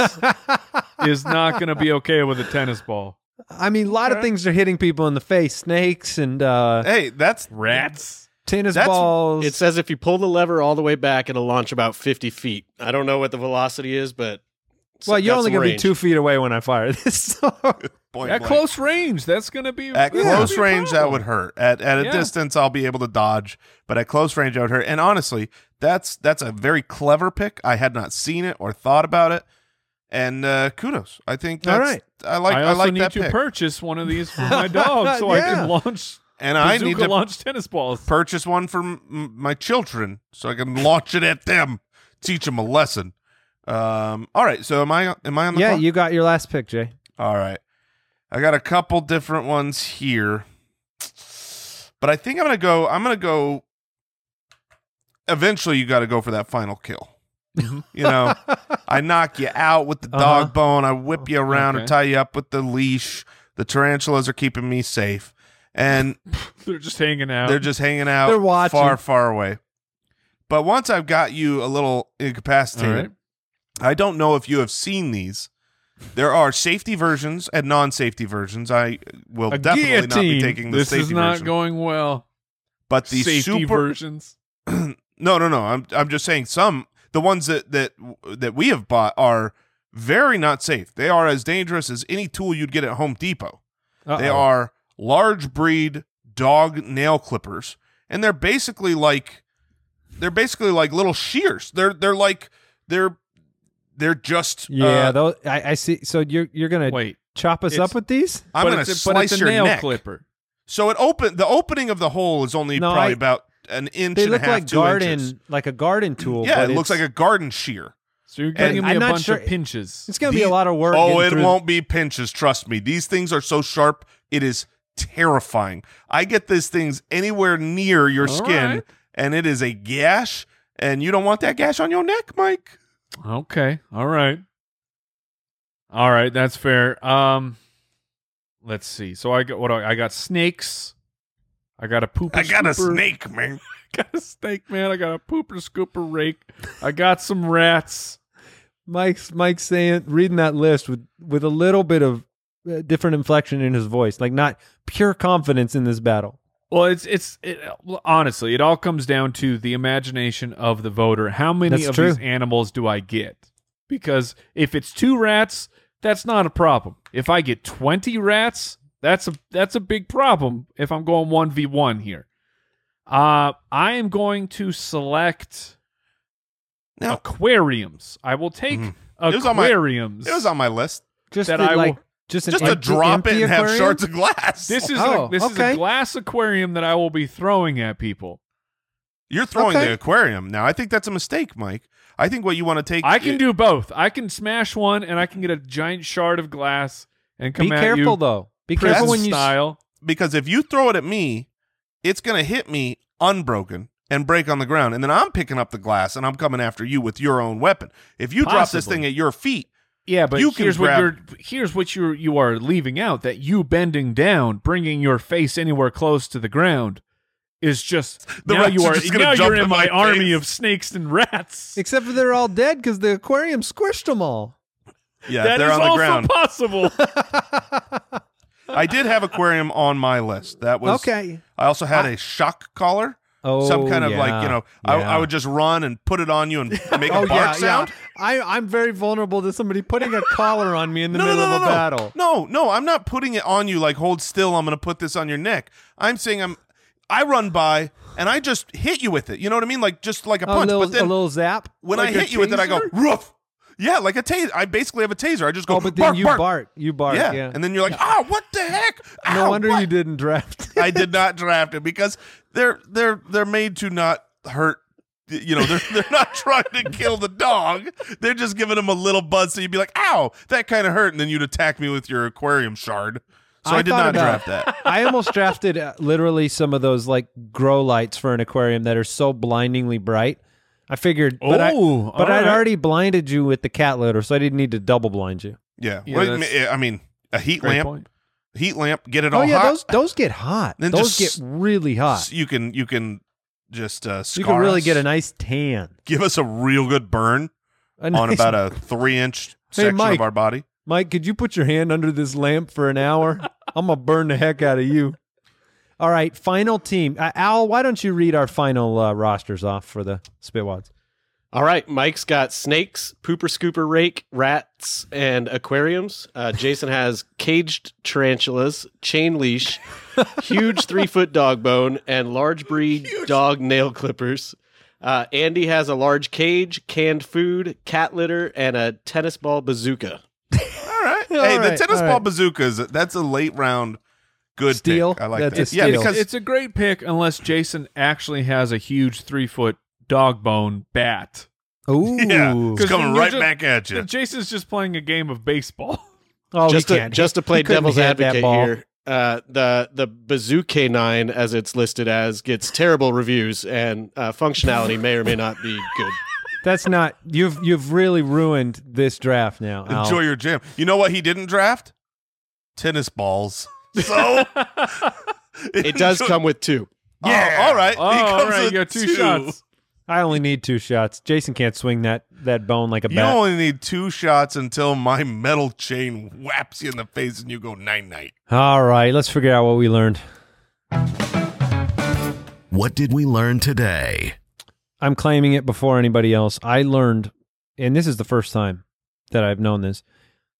S4: is not going to be okay with a tennis ball.
S6: I mean, a lot of things are hitting people in the face: snakes and uh,
S5: Hey, that's
S4: Rats.
S6: tennis
S5: That's-
S6: balls.
S7: It says if you pull the lever all the way back, it'll launch about 50 feet. I don't know what the velocity is, but. it's
S6: well, you're
S7: got
S6: only
S7: some
S6: gonna
S7: range.
S6: be two feet away when I fire this.
S5: Uh-huh.
S6: so-
S5: point
S4: At
S5: blank.
S4: close range, that's going to be
S5: At
S4: that's gonna
S5: close
S4: be a
S5: range, that
S4: problem.
S5: would hurt. At at a
S4: Yeah.
S5: distance, I'll be able to dodge, but at close range, I would hurt. And honestly, that's that's a very clever pick. I had not seen it or thought about it. And uh, kudos. I think that's,
S6: All
S5: right.
S6: right.
S5: I like.
S4: I
S5: I,
S4: also
S5: like
S4: need
S5: that
S4: to
S5: pick.
S4: purchase one of these for my dog so I can
S6: Yeah.
S4: launch
S5: and I
S4: bazooka
S5: need to
S4: launch tennis balls.
S5: purchase one for m- m- my children so I can launch it at them, teach them a lesson. Um, all right. So am I? Am I on the?
S6: yeah,
S5: clock?
S6: you got your last pick, Jay.
S5: All right. I got a couple different ones here. But I think I'm going to go I'm going to go eventually you got to go for that final kill. you know, I knock you out with the
S6: Uh-huh.
S5: dog bone, I whip you around or
S4: Okay.
S5: tie you up with the leash. The tarantulas are keeping me safe and
S4: They're just hanging out.
S5: they're just hanging out
S6: They're watching.
S5: far far away. But once I've got you a little
S4: All
S5: incapacitated,
S4: right.
S5: I don't know if you have seen these. There are safety versions and non-safety versions. I will
S4: A
S5: definitely not be
S4: guillotine.
S5: taking the
S4: this
S5: safety
S4: is not
S5: version.
S4: going well.
S5: but the
S4: safety
S5: super
S4: versions.
S5: No, no, no. I'm I'm just saying some the ones that that that we have bought are very not safe. They are as dangerous as any tool you'd get at Home Depot. They
S6: Uh-oh.
S5: are large breed dog nail clippers, and they're basically like they're basically like little shears. They're they're like they're they're just
S6: Yeah,
S5: uh,
S6: those, I, I see. So you're you're gonna
S4: Wait,
S6: chop us
S4: it's-
S6: up with these?
S5: I'm
S4: but
S5: gonna
S4: it's a- but
S5: slice
S4: it's a
S5: your
S4: nail
S5: neck.
S4: clipper.
S5: So it open the opening of the hole is only
S6: No,
S5: probably
S6: I-
S5: about an inch
S6: They
S5: and
S6: look
S5: a half,
S6: like
S5: two
S6: garden,
S5: inches.
S6: like a garden tool.
S5: Yeah,
S6: but
S5: it looks
S6: it's-
S5: like a garden shear.
S4: So you're giving me
S6: I'm
S4: a
S6: not
S4: bunch
S6: sure-
S4: of pinches.
S6: It's gonna be
S5: These-
S6: a lot of work.
S5: Oh,
S6: getting
S5: it
S6: through-
S5: won't be pinches. Trust me. These things are so sharp. It is terrifying. I get these things anywhere near your
S4: All
S5: skin,
S4: right.
S5: and it is a gash. And you don't want that gash on your neck, Mike.
S4: Okay. All right. All right, that's fair. Um let's see. So I got what do I, I got snakes. I got a pooper
S5: I got a
S4: scooper.
S5: snake, man.
S4: got a snake, man. I got a pooper scooper rake. I got some rats.
S6: Mike's Mike's saying reading that list with with a little bit of uh, different inflection in his voice, like not pure confidence in this battle.
S4: Well, it's it's it, honestly, it all comes down to the imagination of the voter. How many
S6: That's
S4: of
S6: true.
S4: these animals do I get? Because if it's two rats, that's not a problem. If I get 20 rats, that's a that's a big problem if I'm going 1v1 here. Uh I am going to select
S5: Now-
S6: Oh,
S4: aquariums. I will take
S5: Mhm. It was on my-
S4: aquariums.
S5: It was on my list.
S6: Just
S4: That
S6: the,
S4: I will-
S6: like just an
S5: Just to
S6: empty-
S5: drop it
S6: empty
S5: and have
S6: aquarium?
S5: shards of glass.
S4: This is
S6: Oh,
S4: a, this is a
S6: okay.
S4: glass aquarium that I will be throwing at people.
S5: You're throwing
S6: Okay.
S5: the aquarium now. I think that's a mistake, Mike. I think what you want to take.
S4: I can do both. I can smash one, and I can get a giant shard of glass and come
S6: Be
S4: at
S6: careful
S4: you
S6: though. Be
S4: prison
S6: careful when you.
S4: style.
S5: because if you throw it at me, it's going to hit me unbroken and break on the ground. And then I'm picking up the glass and I'm coming after you with your own weapon. If you drop this
S4: Possibly.
S5: thing at your feet,
S4: Yeah, but
S5: You can
S4: here's what
S5: grab-
S4: you're here's what you you are leaving out that you bending down, bringing your face anywhere close to the ground, is just
S5: The
S4: now
S5: rats
S4: you
S5: are
S4: are
S5: just gonna
S4: now
S5: jump
S4: you're in
S5: in
S4: my,
S5: my
S4: army
S5: face.
S4: of snakes and rats.
S6: Except for they're all dead because the aquarium squished them all.
S5: Yeah,
S4: That
S5: they're
S4: is
S5: on the
S4: also
S5: ground.
S4: possible.
S5: I did have aquarium on my list. That was
S6: okay.
S5: I also had a shock collar,
S6: Oh,
S5: some kind of like
S6: yeah.
S5: you know. I,
S6: Yeah.
S5: I would just run and put it on you and make
S6: Oh,
S5: a bark sound.
S6: I, I'm very vulnerable to somebody putting a collar on me in the
S5: No, no,
S6: middle
S5: no,
S6: of a
S5: no, no.
S6: battle.
S5: No, no, I'm not putting it on you like hold still, I'm gonna put this on your neck. I'm saying I'm I run by and I just hit you with it. You know what I mean? Like just like a
S6: A
S5: punch.
S6: little,
S5: but then
S6: a little zap.
S5: when I
S4: like a
S5: hit you with it, I go,
S4: taser?
S5: roof. Yeah, like a taser. I basically have a taser. I just go,
S6: Oh, but then
S5: bark,
S6: you bark.
S5: bark.
S6: You bark.
S5: yeah.
S6: Yeah.
S5: And then you're like, oh, what the heck?
S6: no
S5: Ow,
S6: wonder
S5: what?"
S6: you didn't draft.
S5: I did not draft it because they're they're they're made to not hurt. You know, they're they're not trying to kill the dog. They're just giving him a little buzz, so you'd be like, "Ow, that kind of hurt," and then you'd attack me with your aquarium shard. So I, did
S6: thought
S5: not
S6: about-
S5: draft that.
S6: I almost drafted uh, literally some of those like grow lights for an aquarium that are so blindingly bright. I figured, but, I,
S4: Oh,
S6: but I'd
S4: alright.
S6: already blinded you with the cat litter, so I didn't need to double blind you.
S5: Yeah,
S4: Yeah,
S5: Well, I
S4: that's-
S5: mean- I mean, a heat
S4: Great
S5: lamp,
S4: point.
S5: heat lamp, get it
S6: Oh
S5: all
S6: yeah,
S5: hot.
S6: those those get hot.
S5: Then
S6: those
S5: just-
S6: get really hot.
S5: you can you can just uh,
S6: You can
S5: scar
S6: really
S5: us.
S6: get a nice tan.
S5: give us a real good burn
S6: A
S5: on
S6: nice-
S5: about a three inch section
S6: Mike.
S5: of our body.
S6: Mike, could you put your hand under this lamp for an hour? I'm gonna burn the heck out of you. All right, final team. Uh, Al, why don't you read our final uh, rosters off for the Spitwads?
S7: All right, Mike's got snakes, pooper scooper rake, rats, and aquariums. Uh, Jason has caged tarantulas, chain leash, huge three foot dog bone, and large breed dog nail clippers. Uh, Andy has a large cage, canned food, cat litter, and a tennis ball bazooka.
S5: All right. hey, the
S6: right,
S5: tennis
S6: all
S5: ball
S6: right.
S5: bazookas. That's a late round good
S6: Steal?
S5: Pick. I like
S6: That's
S5: that.
S6: a
S5: yeah,
S6: steal.
S5: because
S4: It's a great pick unless Jason actually has a huge three foot dog bone bat.
S6: Ooh,
S5: yeah, it's coming
S4: you're
S5: right
S4: just-
S5: back at you.
S4: Jason's just playing a game of baseball.
S6: oh,
S7: just
S6: he
S7: to,
S6: can't.
S7: just to
S6: He
S7: play
S6: couldn't
S7: devil's
S6: hit that
S7: advocate
S6: ball.
S7: here, uh, the the Bazooka Nine, as it's listed as, gets terrible reviews, and uh, functionality may or may not be good.
S6: That's not you've you've really ruined this draft now. Al.
S5: Enjoy your jam. You know what he didn't draft? Tennis balls. So oh,
S7: It does come with two.
S5: Yeah. all right.
S4: Oh,
S5: he comes
S4: all right, you
S5: with
S4: got two, shots.
S6: I only need two shots. Jason can't swing that that bone like a
S5: You
S6: bat.
S5: only need two shots until my metal chain whaps you in the face and you go nine night.
S6: All right, let's figure out what we learned.
S3: What did we learn today?
S6: I'm claiming it before anybody else. I learned, and this is the first time that I've known this,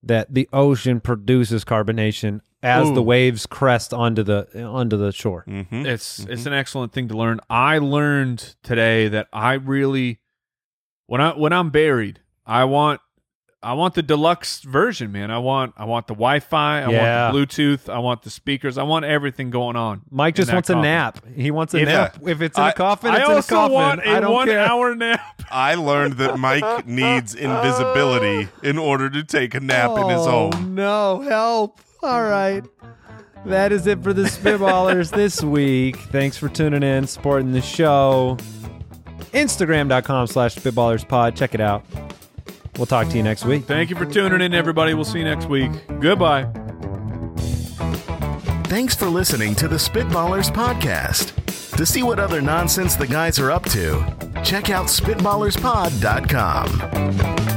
S6: that the ocean produces carbonation as
S4: Ooh.
S6: the waves crest onto the onto the shore.
S5: Mm-hmm.
S4: It's it's an excellent thing to learn. I learned today that I really when I when I'm buried, I want I want the deluxe version, man. I want I want the Wi-Fi, I
S6: Yeah.
S4: want the Bluetooth, I want the speakers, I want everything going on.
S6: Mike
S4: in
S6: just
S4: that
S6: wants a
S4: coffin.
S6: nap. He wants a
S5: Yeah.
S6: nap. If it's in a
S5: I-
S6: coffin,
S4: I
S6: it's in a
S4: also
S6: coffin.
S4: want a
S6: I don't
S4: one
S6: care.
S4: hour nap.
S5: I learned that Mike needs invisibility in order to take a nap in his
S6: oh,
S5: home.
S6: No, help. All right. That is it for the Spitballers this week. Thanks for tuning in, supporting the show. Instagram.com slash Spitballerspod. Check it out. We'll talk to you next week.
S4: Thank you for tuning in, everybody. We'll see you next week. Goodbye.
S3: Thanks for listening to the Spitballers Podcast. To see what other nonsense the guys are up to, check out SpitballersPod.com.